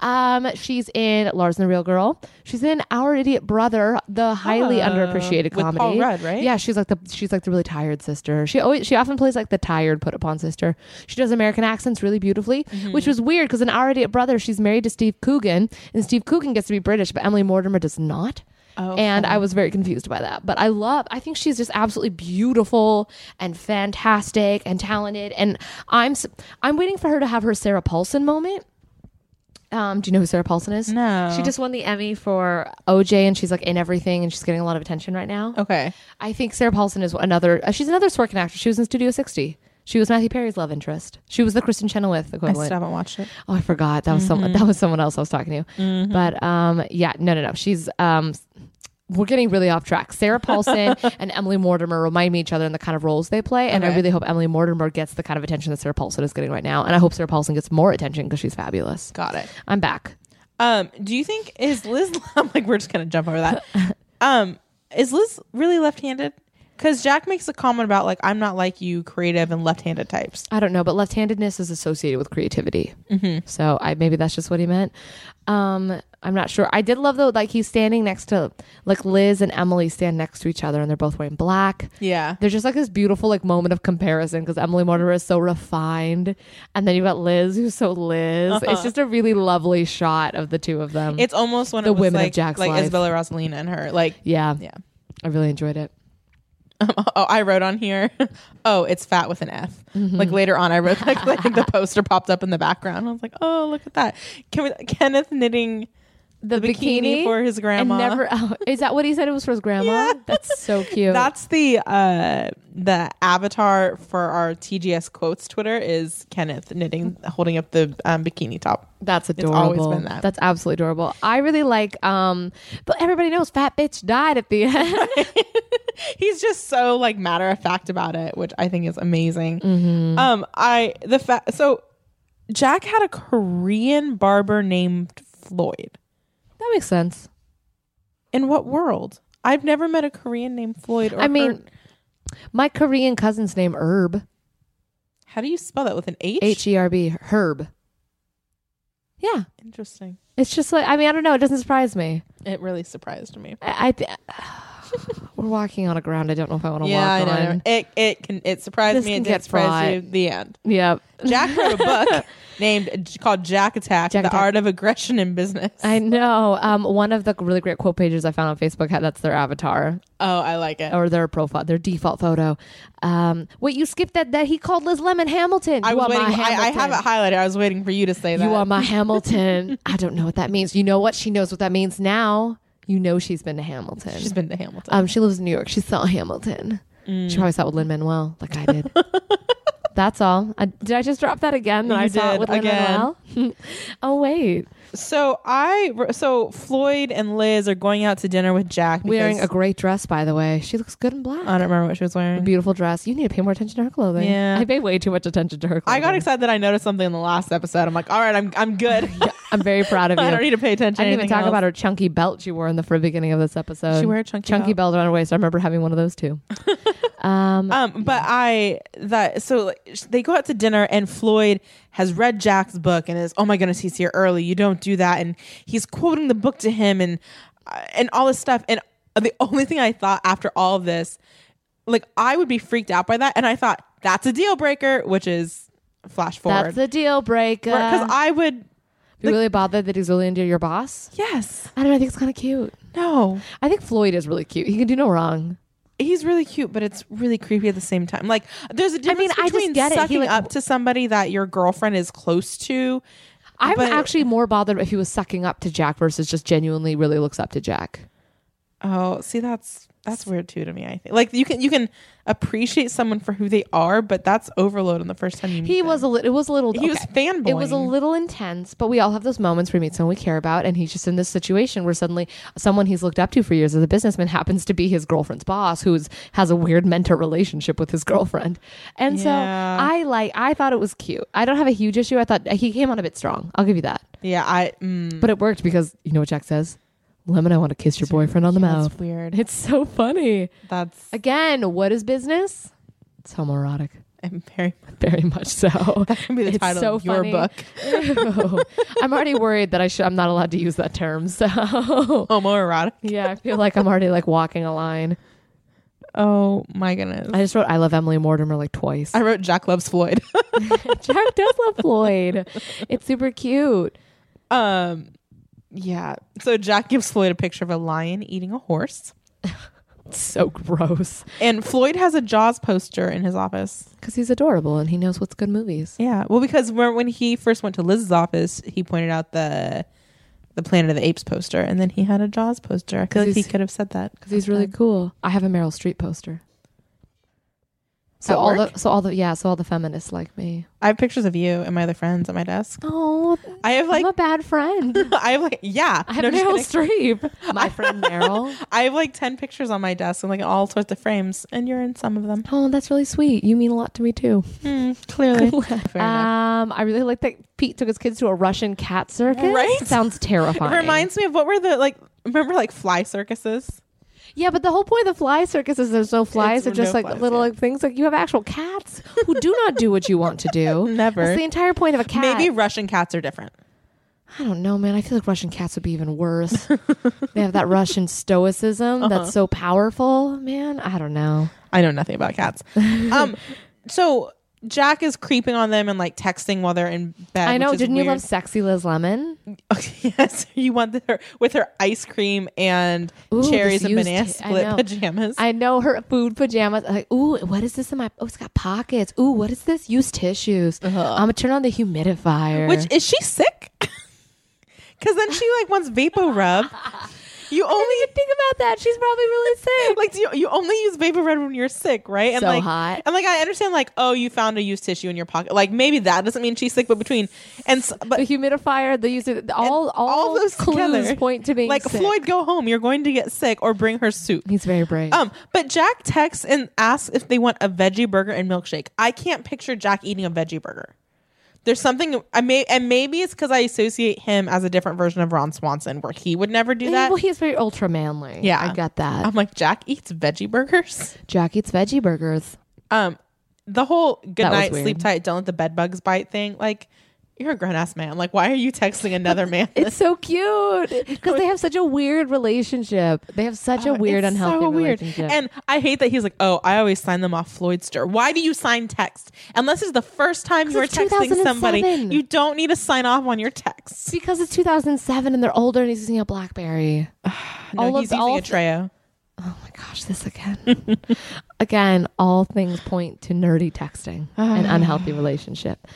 Speaker 2: Um, she's in Lars and the Real Girl. She's in Our Idiot Brother, the highly
Speaker 3: Oh,
Speaker 2: underappreciated
Speaker 3: with Paul
Speaker 2: comedy.
Speaker 3: Rudd, right?
Speaker 2: Yeah, she's like the she's like the really tired sister. She always she often plays like the tired put upon sister. She does American accents really beautifully,
Speaker 3: Mm-hmm.
Speaker 2: which was weird because in Our Idiot Brother, she's married to Steve Coogan, and Steve Coogan gets to be British, but Emily Mortimer does not.
Speaker 3: Oh,
Speaker 2: And I was very confused by that, but I love. I think she's just absolutely beautiful and fantastic and talented. And I'm s- I'm waiting for her to have her Sarah Paulson moment. Um, do you know who Sarah Paulson is?
Speaker 3: No.
Speaker 2: She just won the Emmy for OJ, and she's like in everything, and she's getting a lot of attention right now.
Speaker 3: okay
Speaker 2: I think Sarah Paulson is another. Uh, she's another Sorkin actress. She was in Studio 60. She was Matthew Perry's love interest. She was the Kristen Chenoweth
Speaker 3: i Mm-hmm. still
Speaker 2: equivalent.
Speaker 3: haven't watched it
Speaker 2: oh, I forgot that was someone. That was someone else I was talking to.
Speaker 3: Mm-hmm.
Speaker 2: But um, yeah, no, no, no. She's um, we're getting really off track. Sarah Paulson and Emily Mortimer remind me each other in the kind of roles they play, and I
Speaker 3: Okay.
Speaker 2: really hope Emily Mortimer gets the kind of attention that Sarah Paulson is getting right now, and I hope Sarah Paulson gets more attention because she's fabulous.
Speaker 3: got it
Speaker 2: I'm back.
Speaker 3: um do you think is liz i'm like we're just gonna jump over that um is liz really left-handed because jack makes a comment about like i'm not like you creative and left-handed types
Speaker 2: I don't know, but left-handedness is associated with creativity.
Speaker 3: Mm-hmm.
Speaker 2: So I maybe that's just what he meant. Um, I'm not sure. I did love though, like he's standing next to like Liz and Emily stand next to each other, and they're both wearing black.
Speaker 3: yeah
Speaker 2: There's just like this beautiful like moment of comparison because Emily Mortimer is so refined, and then you've got Liz who's so Liz. It's just a really lovely shot of the two of them.
Speaker 3: Uh-huh. it's almost when
Speaker 2: The
Speaker 3: it was
Speaker 2: women of
Speaker 3: like,
Speaker 2: Jack's
Speaker 3: like
Speaker 2: life.
Speaker 3: Isabella Rosalina and her like
Speaker 2: yeah,
Speaker 3: yeah.
Speaker 2: I really enjoyed it.
Speaker 3: oh, I wrote on here, oh, it's fat with an F.
Speaker 2: Mm-hmm.
Speaker 3: Like later on, I wrote like, like the poster popped up in the background. I was like, oh, look at that. Can we, Kenneth knitting
Speaker 2: The,
Speaker 3: bikini, for his grandma.
Speaker 2: And never, oh, is that what he said it was for his grandma? That's so cute.
Speaker 3: That's the uh the avatar for our TGS quotes Twitter is Kenneth knitting, holding up the um, bikini top.
Speaker 2: That's
Speaker 3: always
Speaker 2: adorable.
Speaker 3: been that.
Speaker 2: That's absolutely adorable. I really like um but everybody knows Fat Bitch died at the end.
Speaker 3: He's just so like matter of fact about it, which I think is amazing.
Speaker 2: Mm-hmm.
Speaker 3: Um, I the fa- so Jack had a Korean barber named Floyd.
Speaker 2: that makes sense.
Speaker 3: In what world? I've never met a Korean named Floyd. Or
Speaker 2: I mean,
Speaker 3: heard-
Speaker 2: My Korean cousin's name Herb.
Speaker 3: how do you spell that with an H?
Speaker 2: H E R B Herb. Yeah.
Speaker 3: Interesting.
Speaker 2: It's just like I mean, I don't know, it doesn't surprise me.
Speaker 3: It really surprised me.
Speaker 2: I, I th- We're walking on a ground I don't know if I want to walk on.
Speaker 3: It it can it surprised
Speaker 2: This
Speaker 3: me.
Speaker 2: can
Speaker 3: It
Speaker 2: get
Speaker 3: did surprise you.
Speaker 2: fraught.
Speaker 3: The end.
Speaker 2: Yep.
Speaker 3: Jack wrote a book named called Jack Attack:
Speaker 2: Jack
Speaker 3: The
Speaker 2: Attack.
Speaker 3: Art of Aggression in Business.
Speaker 2: I know. Um, one of the really great quote pages I found on Facebook had that's their avatar.
Speaker 3: oh, I like it.
Speaker 2: or their profile, their default photo. Um, wait, you skipped that? That he called Liz Lemon Hamilton.
Speaker 3: I
Speaker 2: you
Speaker 3: was
Speaker 2: are
Speaker 3: waiting.
Speaker 2: my
Speaker 3: I, I
Speaker 2: Hamilton.
Speaker 3: have it highlighted. I was waiting for you to say that.
Speaker 2: You are my Hamilton. I don't know what that means. You know what? She knows what that means now. You know she's been to Hamilton.
Speaker 3: She's Mm. been to Hamilton.
Speaker 2: um, she lives in New York. She saw Hamilton. She probably saw it with Lin Manuel, like I did. That's all. I, did I just drop that again? That
Speaker 3: You
Speaker 2: I saw it
Speaker 3: did,
Speaker 2: with Lin Manuel. oh wait,
Speaker 3: so I so Floyd and Liz are going out to dinner with Jack.
Speaker 2: wearing a
Speaker 3: because-
Speaker 2: great dress, by the way. She looks good in black.
Speaker 3: I don't remember what she was wearing.
Speaker 2: Beautiful dress. You need to pay more attention to her clothing.
Speaker 3: Um, Yeah.
Speaker 2: I pay way too much attention to her. clothing.
Speaker 3: I got excited that I noticed something in the last episode. I'm like, all right, I'm I'm good.
Speaker 2: I'm very proud of you.
Speaker 3: I don't need to pay attention.
Speaker 2: I
Speaker 3: to
Speaker 2: didn't even
Speaker 3: anything
Speaker 2: talk
Speaker 3: else.
Speaker 2: about her chunky belt she wore in the very beginning of this episode.
Speaker 3: She wore a chunky
Speaker 2: chunky
Speaker 3: belt.
Speaker 2: belt around her waist. I remember having one of those too. Um,
Speaker 3: Um, but I that so like, sh- they go out to dinner and Floyd has read Jack's book and is oh my goodness he's here early you don't do that and he's quoting the book to him and uh, and all this stuff and the only thing I thought after all of this like I would be freaked out by that and I thought that's a deal breaker which is flash forward
Speaker 2: that's a deal breaker.
Speaker 3: because I would
Speaker 2: Be really bothered that he's really into your boss.
Speaker 3: yes
Speaker 2: I don't know. I think it's kind of cute.
Speaker 3: no
Speaker 2: I think Floyd is really cute. He can do no wrong.
Speaker 3: he's really cute, but it's really creepy at the same time. Like there's a difference
Speaker 2: I just
Speaker 3: between
Speaker 2: get it. He,
Speaker 3: sucking
Speaker 2: like-
Speaker 3: up to somebody that your girlfriend is close to.
Speaker 2: I'm
Speaker 3: But-
Speaker 2: actually more bothered if he was sucking up to Jack versus just genuinely really looks up to Jack.
Speaker 3: Oh, see that's that's weird too to me. I think like you can you can appreciate someone for who they are, but that's overload on the first time you meet.
Speaker 2: He
Speaker 3: them.
Speaker 2: was a little. It was a little.
Speaker 3: He was fanboying.
Speaker 2: It was a little intense, but we all have those moments where we meet someone we care about, and he's just in this situation where suddenly someone he's looked up to for years as a businessman happens to be his girlfriend's boss, who has a weird mentor relationship with his girlfriend. And
Speaker 3: Yeah.
Speaker 2: so I like. I thought it was cute. I don't have a huge issue. I thought he came on a bit strong. I'll give you that,
Speaker 3: yeah. I mm,
Speaker 2: but it worked because you know what Jack says. Lemon, I want to kiss your boyfriend on the mouth.
Speaker 3: that's weird.
Speaker 2: It's so funny.
Speaker 3: That's
Speaker 2: Again, what is business? It's homoerotic.
Speaker 3: I'm very
Speaker 2: Very much so. That
Speaker 3: can be the title of your book.
Speaker 2: I'm already worried that I should. I'm not allowed to use that term. So
Speaker 3: homoerotic.
Speaker 2: yeah, I feel like I'm already like walking a line.
Speaker 3: Oh my goodness.
Speaker 2: I just wrote "I love Emily Mortimer" like twice.
Speaker 3: I wrote Jack loves Floyd.
Speaker 2: Jack does love Floyd. It's super cute.
Speaker 3: Um, yeah. So Jack gives Floyd a picture of a lion eating a horse,
Speaker 2: It's so gross
Speaker 3: and Floyd has a Jaws poster in his office.
Speaker 2: because he's adorable and he knows what's good movies.
Speaker 3: Yeah. Well, because when when he first went to Liz's office, he pointed out the the Planet of the Apes poster, and then he had a Jaws poster. I feel
Speaker 2: 'Cause
Speaker 3: like he
Speaker 2: he's-
Speaker 3: could have said that
Speaker 2: Because he's really cool. I have a Meryl Streep poster. So
Speaker 3: At
Speaker 2: all
Speaker 3: work?
Speaker 2: the so all the yeah so all the feminists like me.
Speaker 3: I have pictures of you and my other friends at my desk.
Speaker 2: Oh,
Speaker 3: I have like
Speaker 2: I'm a bad friend.
Speaker 3: I have like yeah.
Speaker 2: I have
Speaker 3: no, just
Speaker 2: Meryl
Speaker 3: kidding.
Speaker 2: Streep. My friend Meryl.
Speaker 3: I have like ten pictures on my desk and like all sorts of frames, and you're in some of them.
Speaker 2: Oh, that's really sweet. You mean a lot to me too.
Speaker 3: Hmm, clearly, Fair enough.
Speaker 2: Um, I really like that Pete took his kids to a Russian cat circus.
Speaker 3: Right?
Speaker 2: Sounds terrifying.
Speaker 3: It reminds me of what were the like remember like fly circuses?
Speaker 2: yeah, but the whole point of the fly circus is there's no flies.
Speaker 3: It's
Speaker 2: They're just
Speaker 3: no
Speaker 2: like
Speaker 3: flies,
Speaker 2: little
Speaker 3: yeah.
Speaker 2: like things. Like you have actual cats who do not do what you want to do.
Speaker 3: Never.
Speaker 2: That's the entire point of a cat.
Speaker 3: Maybe Russian cats are different.
Speaker 2: I don't know, man. I feel like Russian cats would be even worse. they have that Russian stoicism
Speaker 3: Uh-huh.
Speaker 2: that's so powerful, man. I don't know.
Speaker 3: I know nothing about cats. um so Jack is creeping on them and like texting while they're in bed.
Speaker 2: I know.
Speaker 3: which is
Speaker 2: Didn't
Speaker 3: weird.
Speaker 2: you love sexy Liz Lemon?
Speaker 3: yes, you want her with her ice cream and
Speaker 2: Ooh,
Speaker 3: cherries
Speaker 2: this
Speaker 3: and
Speaker 2: used
Speaker 3: banana
Speaker 2: ta- I
Speaker 3: split
Speaker 2: know.
Speaker 3: pajamas.
Speaker 2: I know her food pajamas. I'm Like, ooh, what is this in my? Oh, it's got pockets. Ooh, what is this? Use tissues. I'm gonna turn on the humidifier.
Speaker 3: Uh-huh. Which is she sick? Cause then she like wants vapor rub. You only
Speaker 2: think about that. She's probably really sick.
Speaker 3: like do you, you only use vapor rub when you're sick, right? And
Speaker 2: So
Speaker 3: like,
Speaker 2: hot.
Speaker 3: And like I understand, like oh, you found a used tissue in your pocket. Like maybe that doesn't mean she's sick, but between and s-
Speaker 2: the
Speaker 3: but
Speaker 2: humidifier, the user, all, all
Speaker 3: all those
Speaker 2: clues
Speaker 3: together,
Speaker 2: point to being
Speaker 3: like
Speaker 2: sick.
Speaker 3: Floyd, go home. You're going to get sick or bring her soup.
Speaker 2: He's very brave.
Speaker 3: Um, but Jack texts and asks if they want a veggie burger and milkshake. I can't picture Jack eating a veggie burger. There's something I may and maybe it's because I associate him as a different version of Ron Swanson, where he would never do
Speaker 2: Hey,
Speaker 3: that.
Speaker 2: well, he's very ultra manly.
Speaker 3: Yeah. Um,
Speaker 2: I got that.
Speaker 3: I'm like Jack eats veggie burgers.
Speaker 2: Jack eats veggie burgers.
Speaker 3: Um, the whole good
Speaker 2: That was
Speaker 3: night, sleep
Speaker 2: weird.
Speaker 3: tight, don't let the bed bugs bite thing. Like, you're a grown ass man. Like, why are you texting another man?
Speaker 2: It's so cute because they have such a weird relationship. They have such a weird,
Speaker 3: Oh, It's
Speaker 2: unhealthy
Speaker 3: so weird.
Speaker 2: relationship.
Speaker 3: And I hate that he's like, oh, I always sign them off Floydster. Why do you sign text? Unless it's the first time you are
Speaker 2: it's
Speaker 3: texting somebody,
Speaker 2: 2007.
Speaker 3: you don't need to sign off on your text.
Speaker 2: because it's 2007 and they're older and he's using a BlackBerry.
Speaker 3: No,
Speaker 2: All of
Speaker 3: he's
Speaker 2: the- all
Speaker 3: using a Treo.
Speaker 2: Oh my gosh, this again. again, all things point to nerdy texting and unhealthy relationship.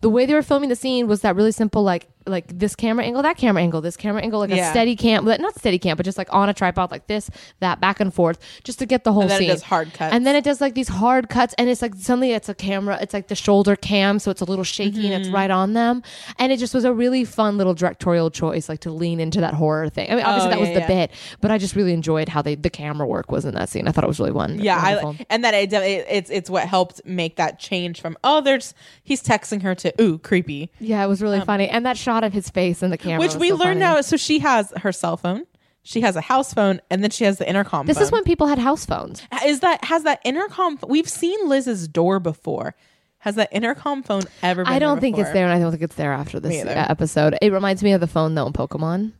Speaker 2: The way they were filming the scene was that really simple, like like this camera angle, that camera angle, this camera angle, like
Speaker 3: Yeah.
Speaker 2: a steady cam, but not steady cam, but just like on a tripod, like this, that, back and forth, just to get the whole
Speaker 3: then it
Speaker 2: scene.
Speaker 3: does hard cuts.
Speaker 2: and then it does like these hard cuts, and it's like suddenly it's a camera, it's like the shoulder cam, so it's a little shaky and
Speaker 3: Mm-hmm.
Speaker 2: it's right on them, and it just was a really fun little directorial choice, like to lean into that horror thing. I mean, obviously
Speaker 3: Oh,
Speaker 2: that was
Speaker 3: yeah,
Speaker 2: the
Speaker 3: yeah.
Speaker 2: bit it, but I just really enjoyed how they the camera work was in that scene. I thought it was really one.
Speaker 3: Yeah,
Speaker 2: wonderful.
Speaker 3: I, and that it, it, it's it's what helped make that change from oh, there's he's texting her to ooh, creepy.
Speaker 2: yeah, it was really funny, and that shot of his face in the camera,
Speaker 3: um, which
Speaker 2: was
Speaker 3: we
Speaker 2: Oh, so
Speaker 3: learn
Speaker 2: funny.
Speaker 3: now. So she has her cell phone. She has a house phone, and then she has the intercom.
Speaker 2: This is
Speaker 3: phone.
Speaker 2: when people had house phones.
Speaker 3: is that has that intercom. We've seen Liz's door before. Has that intercom phone ever? been
Speaker 2: I don't think it's
Speaker 3: before?
Speaker 2: there, and I don't think it's there after this
Speaker 3: either.
Speaker 2: uh, episode. It reminds me of the phone though in Pokemon.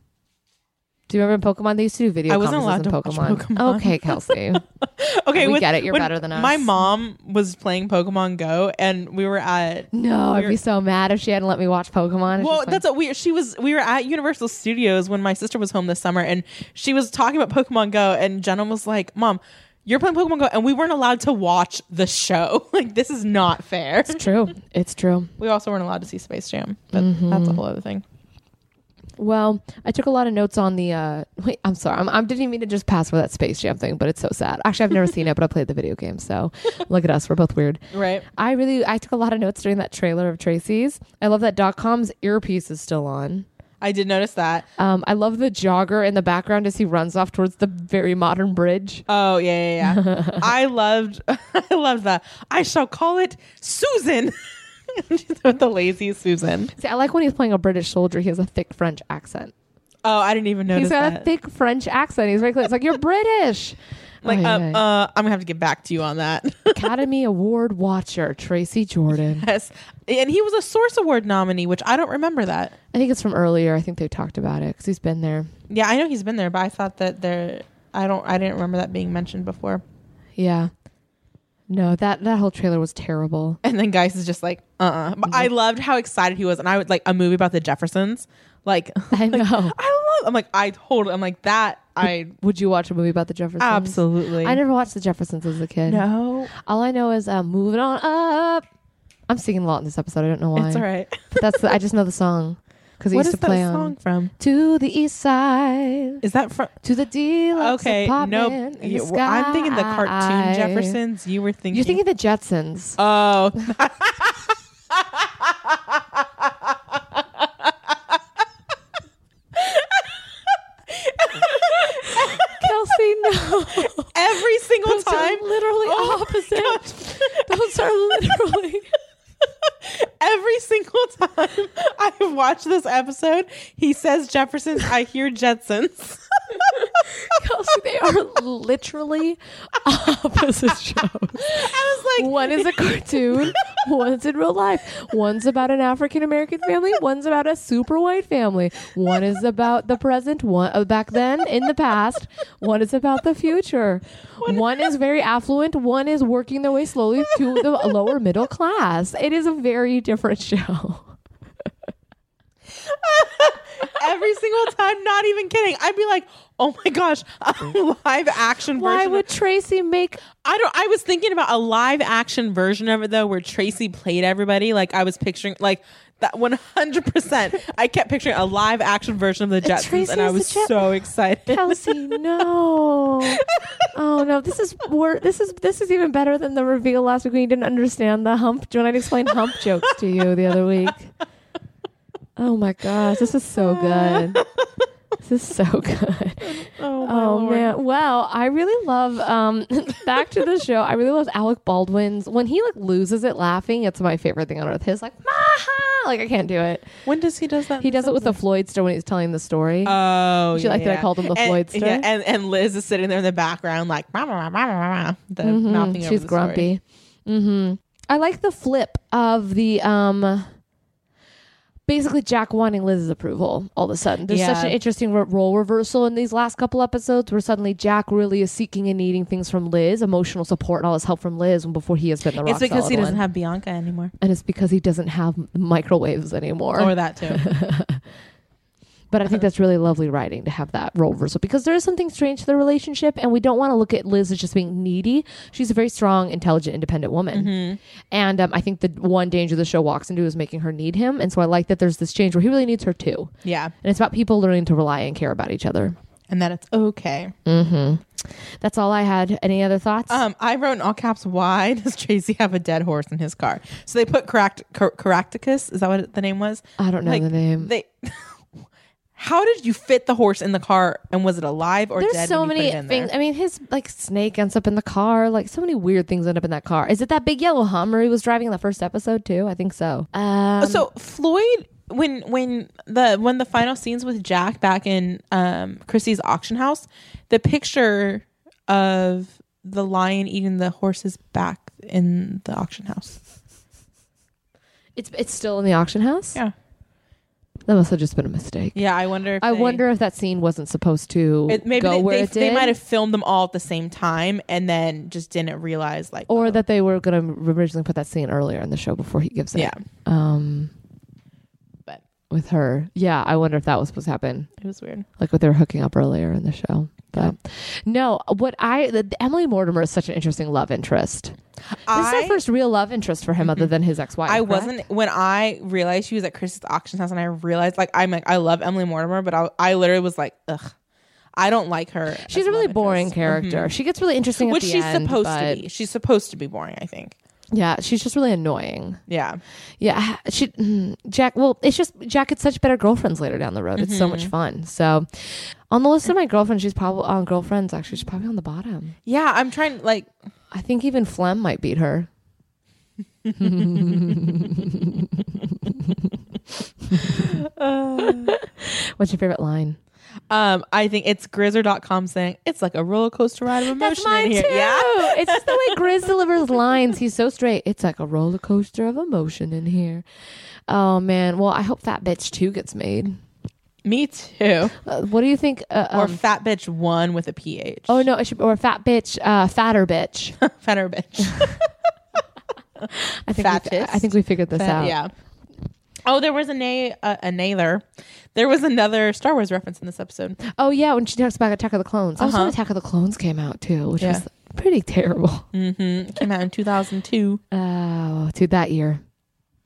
Speaker 2: Do you remember in Pokemon they used to do video?
Speaker 3: I wasn't
Speaker 2: conferences
Speaker 3: allowed
Speaker 2: in
Speaker 3: to watch Pokemon.
Speaker 2: Okay, Kelsey.
Speaker 3: Okay,
Speaker 2: We
Speaker 3: with-
Speaker 2: get it. You're
Speaker 3: when
Speaker 2: better than us.
Speaker 3: My mom was playing Pokemon Go, and we were at.
Speaker 2: No, I'd be so mad if she hadn't let me watch Pokemon. It's
Speaker 3: Well,
Speaker 2: just like-
Speaker 3: that's what we. She was. We were at Universal Studios when my sister was home this summer, and she was talking about Pokemon Go, and Jenna was like, "Mom, you're playing Pokemon Go, and we weren't allowed to watch the show. Like, this is not fair."
Speaker 2: true. It's true.
Speaker 3: We also weren't allowed to see Space Jam, but that's a whole other thing.
Speaker 2: Well, I took a lot of notes on the. Uh, wait, I'm sorry. I'm, I didn't even mean to just pass for that Space Jam thing, but it's so sad. Actually, I've never seen it, but I played the video game. So look at us. We're both weird.
Speaker 3: Right.
Speaker 2: I really. I took a lot of notes during that trailer of Tracy's. I love that dot com's earpiece is still on.
Speaker 3: I did notice that.
Speaker 2: Um, I love the jogger in the background as he runs off towards the very modern bridge.
Speaker 3: Oh yeah, yeah, yeah. I loved, I loved that. I shall call it Susan. With the lazy Susan.
Speaker 2: See, I like when he's playing a British soldier. He has a thick French accent.
Speaker 3: Oh, I didn't even notice
Speaker 2: He's got
Speaker 3: that.
Speaker 2: a thick French accent. He's very clear. It's like you're British.
Speaker 3: like,
Speaker 2: Ay,
Speaker 3: uh,
Speaker 2: ay.
Speaker 3: uh, I'm gonna have to get back to you on that.
Speaker 2: Academy Award watcher Tracy Jordan.
Speaker 3: yes, and he was a Source Award nominee, which I don't remember that.
Speaker 2: I think it's from earlier. I think they talked about it because he's been there.
Speaker 3: Yeah, I know he's been there, but I thought that there. I don't. I didn't remember that being mentioned before.
Speaker 2: Yeah. No, that that whole trailer was terrible.
Speaker 3: And then guys is just like, uh, uh but I loved how excited he was, and I would like a movie about the Jeffersons. Like,
Speaker 2: I know.
Speaker 3: I love. I'm like, I totally. I'm like that. I
Speaker 2: Would you watch a movie about the Jeffersons?
Speaker 3: absolutely.
Speaker 2: I never watched the Jeffersons as a kid.
Speaker 3: No,
Speaker 2: All I know is uh, moving on up. I'm singing a lot in this episode. I don't know why.
Speaker 3: it's all right.
Speaker 2: But that's the, I just know the song because it
Speaker 3: What
Speaker 2: used
Speaker 3: is
Speaker 2: to
Speaker 3: that
Speaker 2: play
Speaker 3: song
Speaker 2: on
Speaker 3: from?
Speaker 2: to the east side
Speaker 3: Is that from?
Speaker 2: to the deluxe
Speaker 3: Okay,
Speaker 2: apartment
Speaker 3: no.
Speaker 2: in the
Speaker 3: I'm thinking the
Speaker 2: sky."
Speaker 3: cartoon Jeffersons. You were thinking.
Speaker 2: You're thinking the Jetsons.
Speaker 3: Oh,
Speaker 2: Kelsey, no.
Speaker 3: every single
Speaker 2: Those
Speaker 3: time.
Speaker 2: are literally
Speaker 3: Oh my
Speaker 2: opposite. Those are literally.
Speaker 3: Every single time I watch this episode, he says Jeffersons. I hear Jetsons.
Speaker 2: Kelsey, they are literally opposite shows.
Speaker 3: I was like,
Speaker 2: One is a cartoon, one's in real life. One's about an African American family, one's about a super white family. One is about the present, one uh, back then in the past, one is about the future. One is very affluent, one is working their way slowly to the lower middle class. It is a very different show.
Speaker 3: every single time. Not even kidding. I'd be like, oh my gosh, a live action
Speaker 2: Why
Speaker 3: version. of-
Speaker 2: would Tracy make
Speaker 3: I don't. I was thinking about a live action version of it though, where Tracy played everybody. Like I was picturing like that one hundred percent. I kept picturing a live action version of the Jetsons,
Speaker 2: Uh, Tracy
Speaker 3: and I
Speaker 2: is the
Speaker 3: was
Speaker 2: Jet-
Speaker 3: so excited.
Speaker 2: Kelsey, no. Oh no, this is wor- this is this is even better than the reveal last week when you didn't understand the hump. When I explained hump jokes to you the other week. Oh my gosh, this is so good. This is so good.
Speaker 3: Oh, my
Speaker 2: Oh
Speaker 3: Lord.
Speaker 2: man. Well, I really love um back to the show. I really love Alec Baldwin's when he like loses it laughing, it's my favorite thing on earth. His like "Maha!" like I can't do it.
Speaker 3: When does he does that?
Speaker 2: He does it with the Floydster when he's telling the story.
Speaker 3: Oh,
Speaker 2: She liked that I
Speaker 3: yeah.
Speaker 2: called him the
Speaker 3: and,
Speaker 2: Floydster.
Speaker 3: Yeah, and and Liz is sitting there in the background like rah, rah, rah, rah, rah, the mouthing
Speaker 2: Mm-hmm.
Speaker 3: over
Speaker 2: She's
Speaker 3: the story.
Speaker 2: grumpy. hmm I like the flip of the um. Basically, Jack wanting Liz's approval all of a sudden. There's
Speaker 3: Yeah.
Speaker 2: such an interesting re- role reversal in these last couple episodes where suddenly Jack really is seeking and needing things from Liz, emotional support and all this help from Liz when before he has been the rock
Speaker 3: It's because
Speaker 2: solid
Speaker 3: he doesn't
Speaker 2: one.
Speaker 3: have Bianca anymore,
Speaker 2: and it's because he doesn't have microwaves anymore.
Speaker 3: or that too.
Speaker 2: But I think that's really lovely writing to have that role reversal because there is something strange to the relationship, and we don't want to look at Liz as just being needy. She's a very strong, intelligent, independent woman,
Speaker 3: Mm-hmm.
Speaker 2: and um, I think the one danger the show walks into is making her need him. And so I like that there's this change where he really needs her too,
Speaker 3: yeah,
Speaker 2: and it's about people learning to rely and care about each other.
Speaker 3: and that it's okay.
Speaker 2: That's all I had. Any other thoughts?
Speaker 3: Um, I wrote in all caps. Why does Tracy have a dead horse in his car? So they put Caract- Car- Caractacus. Is that what the name was?
Speaker 2: I don't know
Speaker 3: Like,
Speaker 2: the name.
Speaker 3: They. How did you fit the horse in the car? And was it alive or
Speaker 2: There's
Speaker 3: dead?
Speaker 2: so
Speaker 3: when you put
Speaker 2: many
Speaker 3: it in
Speaker 2: things.
Speaker 3: there?
Speaker 2: I mean, his like snake ends up in the car. Like so many weird things end up in that car. Is it that big yellow Hummer he was driving in the first episode too? I think so. Um,
Speaker 3: so Floyd when when the when the final scenes with Jack back in um Christie's auction house, the picture of the lion eating the horse's back in the auction house.
Speaker 2: It's it's still in the auction house.
Speaker 3: Yeah.
Speaker 2: That must have just been a mistake.
Speaker 3: Yeah, I wonder. If
Speaker 2: I
Speaker 3: they-
Speaker 2: wonder if that scene wasn't supposed to
Speaker 3: It, maybe
Speaker 2: go
Speaker 3: they,
Speaker 2: where
Speaker 3: they,
Speaker 2: it
Speaker 3: they
Speaker 2: did,
Speaker 3: might have filmed them all at the same time and then just didn't realize like
Speaker 2: or
Speaker 3: oh,
Speaker 2: that they were going to originally put that scene earlier in the show before he gives it.
Speaker 3: yeah
Speaker 2: Um,
Speaker 3: But-
Speaker 2: with her, yeah, I wonder if that was supposed to happen,
Speaker 3: it was weird.
Speaker 2: like what they were hooking up earlier in the show. But no, what I the, Emily Mortimer is such an interesting love interest. This is
Speaker 3: I, Mm-hmm.
Speaker 2: her first real love interest for him, other than his ex-wife.
Speaker 3: I
Speaker 2: correct?
Speaker 3: wasn't when I realized she was at Chris's auction house, and I realized like I'm like I love Emily Mortimer, but I, I literally was like, ugh, I don't like her.
Speaker 2: She's
Speaker 3: as
Speaker 2: a really
Speaker 3: love
Speaker 2: boring
Speaker 3: interest. Mm-hmm.
Speaker 2: character. She gets really interesting, at
Speaker 3: which
Speaker 2: the
Speaker 3: she's
Speaker 2: end,
Speaker 3: supposed
Speaker 2: but-
Speaker 3: to be. She's supposed to be boring. I think.
Speaker 2: Yeah, she's just really annoying.
Speaker 3: Yeah,
Speaker 2: Yeah, she mm, Jack. Well, it's just Jack gets such better girlfriends later down the road. It's so much fun. So, on the list of my girlfriends, she's probably on girlfriends. Actually, she's probably on the bottom.
Speaker 3: yeah. I'm trying like
Speaker 2: I think even Flem might beat her. What's your favorite line?
Speaker 3: um I think it's Grizzer.com saying it's like a roller coaster ride of emotion
Speaker 2: That's mine
Speaker 3: in here.
Speaker 2: too.
Speaker 3: Yeah.
Speaker 2: it's just the way Grizz delivers lines. He's so straight. It's like a roller coaster of emotion in here. Oh man. Well, I hope Fat Bitch Two gets made.
Speaker 3: Me too.
Speaker 2: Uh, what do you think? Uh,
Speaker 3: or
Speaker 2: um,
Speaker 3: fat bitch one with a ph.
Speaker 2: oh no, it should or Fat Bitch, uh, fatter bitch.
Speaker 3: fatter bitch.
Speaker 2: I think we-
Speaker 3: Fattest.
Speaker 2: I think we figured this out.
Speaker 3: Yeah. Oh, there was a nay, uh, a nailer. There was another Star Wars reference in this episode.
Speaker 2: Oh yeah, when she talks about Attack of the Clones. Also,
Speaker 3: Uh-huh.
Speaker 2: when Attack of the Clones came out too, which
Speaker 3: Yeah.
Speaker 2: was pretty terrible.
Speaker 3: Mm-hmm. Came out in 2002.
Speaker 2: Oh, dude, that year.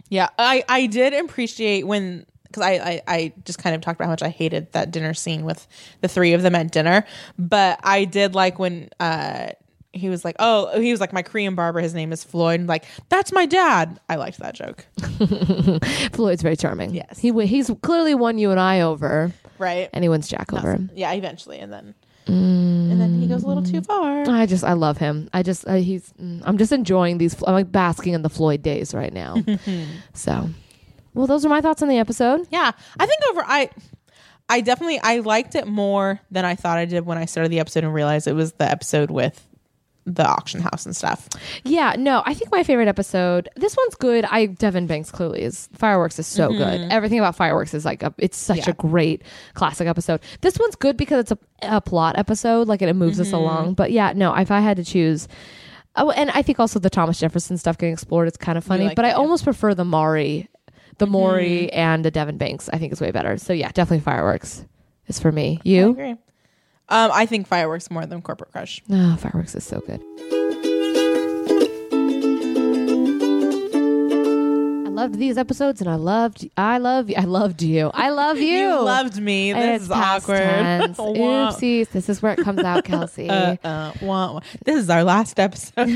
Speaker 3: Yeah, I, I did appreciate when because I, I I just kind of talked about how much I hated that dinner scene with the three of them at dinner, but I did like when uh he was like, oh, he was like my Korean barber. His name is Floyd. and like that's my dad. I liked that joke.
Speaker 2: Floyd's very charming.
Speaker 3: Yes.
Speaker 2: he w- he's clearly won you and I over,
Speaker 3: Right.
Speaker 2: and he wins Jack over.
Speaker 3: Yeah. Eventually, and then and then he goes a little too far.
Speaker 2: I just I love him. I just uh, he's mm, I'm just enjoying these. I'm like basking in the Floyd days right now. so, well, those are my thoughts on the episode.
Speaker 3: Yeah, I think over I, I definitely I liked it more than I thought I did when I started the episode and realized it was the episode with the auction house and stuff.
Speaker 2: Yeah, no, I think my favorite episode. This one's good. I Devin Banks clearly is fireworks is so good. Everything about fireworks is like a, it's such
Speaker 3: Mm-hmm. Yeah.
Speaker 2: a great classic episode. This one's good because it's a, a plot episode, like and it moves us
Speaker 3: Mm-hmm.
Speaker 2: along. But yeah, no, if I had to choose. Oh, and I think also the Thomas Jefferson stuff getting explored is kind of funny,
Speaker 3: like
Speaker 2: but
Speaker 3: that,
Speaker 2: I
Speaker 3: yeah. Mm-hmm.
Speaker 2: almost prefer the Maury, the Maury and the Devin Banks. I think is way better. So yeah, definitely fireworks is for me.
Speaker 3: I
Speaker 2: You,
Speaker 3: agree. Um, I think fireworks more than corporate crush.
Speaker 2: oh, fireworks is so good. I loved these episodes, and I loved, I love, I loved you, I love you.
Speaker 3: You loved me.
Speaker 2: And
Speaker 3: This
Speaker 2: it's
Speaker 3: is
Speaker 2: past
Speaker 3: awkward.
Speaker 2: tense.
Speaker 3: Wah,
Speaker 2: Oopsies, this is where it comes out, Kelsey.
Speaker 3: uh, uh, wah, wah. This is our last episode.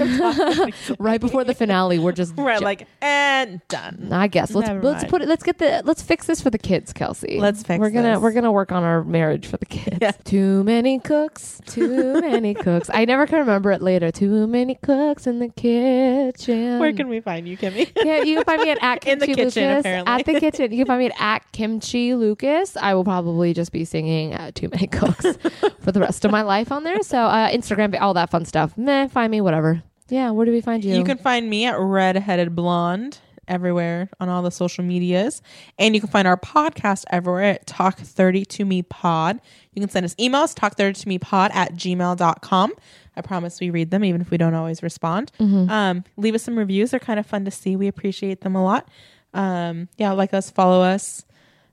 Speaker 2: right before the finale, we're just
Speaker 3: We're like and done.
Speaker 2: I guess let's
Speaker 3: Never
Speaker 2: let's
Speaker 3: mind.
Speaker 2: put it. Let's get the let's fix this for the kids, Kelsey.
Speaker 3: Let's fix
Speaker 2: We're gonna
Speaker 3: this.
Speaker 2: we're gonna work on our marriage for the kids. Too many cooks, too many cooks. I never can remember it later. Too many cooks in the kitchen.
Speaker 3: Where can we find you, Kimmy?
Speaker 2: Yeah, you can find me at, at
Speaker 3: In the
Speaker 2: Kimchi
Speaker 3: kitchen,
Speaker 2: Lucas.
Speaker 3: apparently.
Speaker 2: At the kitchen. You can find me at, at Kimchi Lucas. I will probably just be singing uh, Too Many Cooks for the rest of my life on there. So uh, Instagram, all that fun stuff. Meh, find me, whatever. Yeah, where do we find you?
Speaker 3: You can find me at Redheaded Blonde everywhere on all the social medias. And you can find our podcast everywhere at Talk 30 to Me Pod. You can send us emails, talk 30 to me pod at gmail.com. I promise we read them, even if we don't always respond.
Speaker 2: Mm-hmm.
Speaker 3: Um, leave us some reviews. They're kind of fun to see. We appreciate them a lot. Um, yeah, like us, follow us.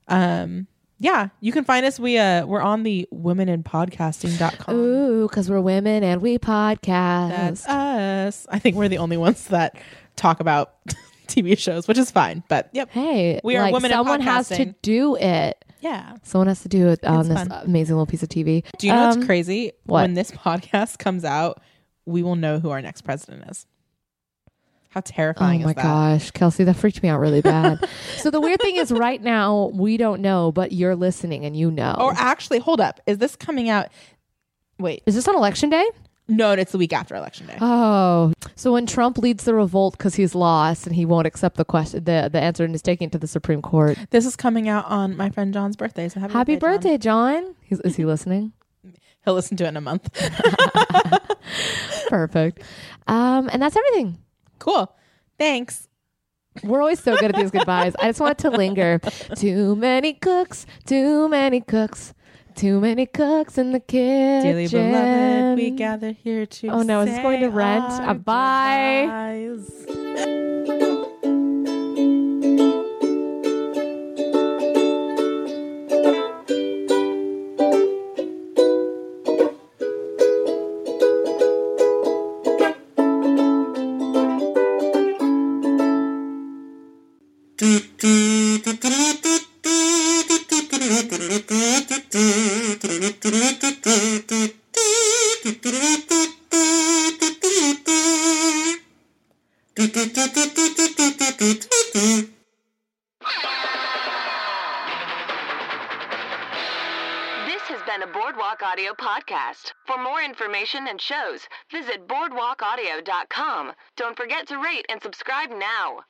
Speaker 3: Um, yeah, you can find us. We uh we're on the womeninpodcasting.com.
Speaker 2: Ooh, because we're women and we podcast.
Speaker 3: That's us. I think we're the only ones that talk about TV shows, which is fine. But yep.
Speaker 2: hey,
Speaker 3: We are
Speaker 2: like,
Speaker 3: women in
Speaker 2: Someone has to
Speaker 3: podcasting.
Speaker 2: do it.
Speaker 3: Yeah.
Speaker 2: Someone has to do it on this
Speaker 3: fun.
Speaker 2: amazing little piece of TV.
Speaker 3: Do you know
Speaker 2: Um,
Speaker 3: what's crazy?
Speaker 2: what?
Speaker 3: When this podcast comes out, we will know who our next president is. How
Speaker 2: Oh
Speaker 3: terrifying
Speaker 2: my
Speaker 3: is that?
Speaker 2: gosh, Kelsey, that freaked me out really bad. so the weird thing is, right now we don't know, but you're listening and you know.
Speaker 3: Or actually, hold up. Is this coming out? Wait.
Speaker 2: is this on election day?
Speaker 3: No, and it's the week after election day.
Speaker 2: Oh, so when Trump leads the revolt because he's lost and he won't accept the question, the, the answer, and is taking it to the Supreme Court.
Speaker 3: This is coming out on my friend John's birthday. So happy,
Speaker 2: Happy
Speaker 3: John.
Speaker 2: birthday, John. He's, is he listening?
Speaker 3: He'll listen to it in a month.
Speaker 2: Perfect. Um, and that's everything.
Speaker 3: cool. Thanks.
Speaker 2: We're always so good at these goodbyes. I just want it to linger. Too many cooks, too many cooks, too many cooks in the kitchen.
Speaker 3: Dearly beloved, we gather here to.
Speaker 2: Oh, no, is this
Speaker 3: say
Speaker 2: going to rent?
Speaker 3: our
Speaker 2: Uh, bye.
Speaker 3: goodbyes.
Speaker 1: This has been a Boardwalk Audio podcast. For more information and shows, visit boardwalkaudio.com. Don't forget to rate and subscribe now.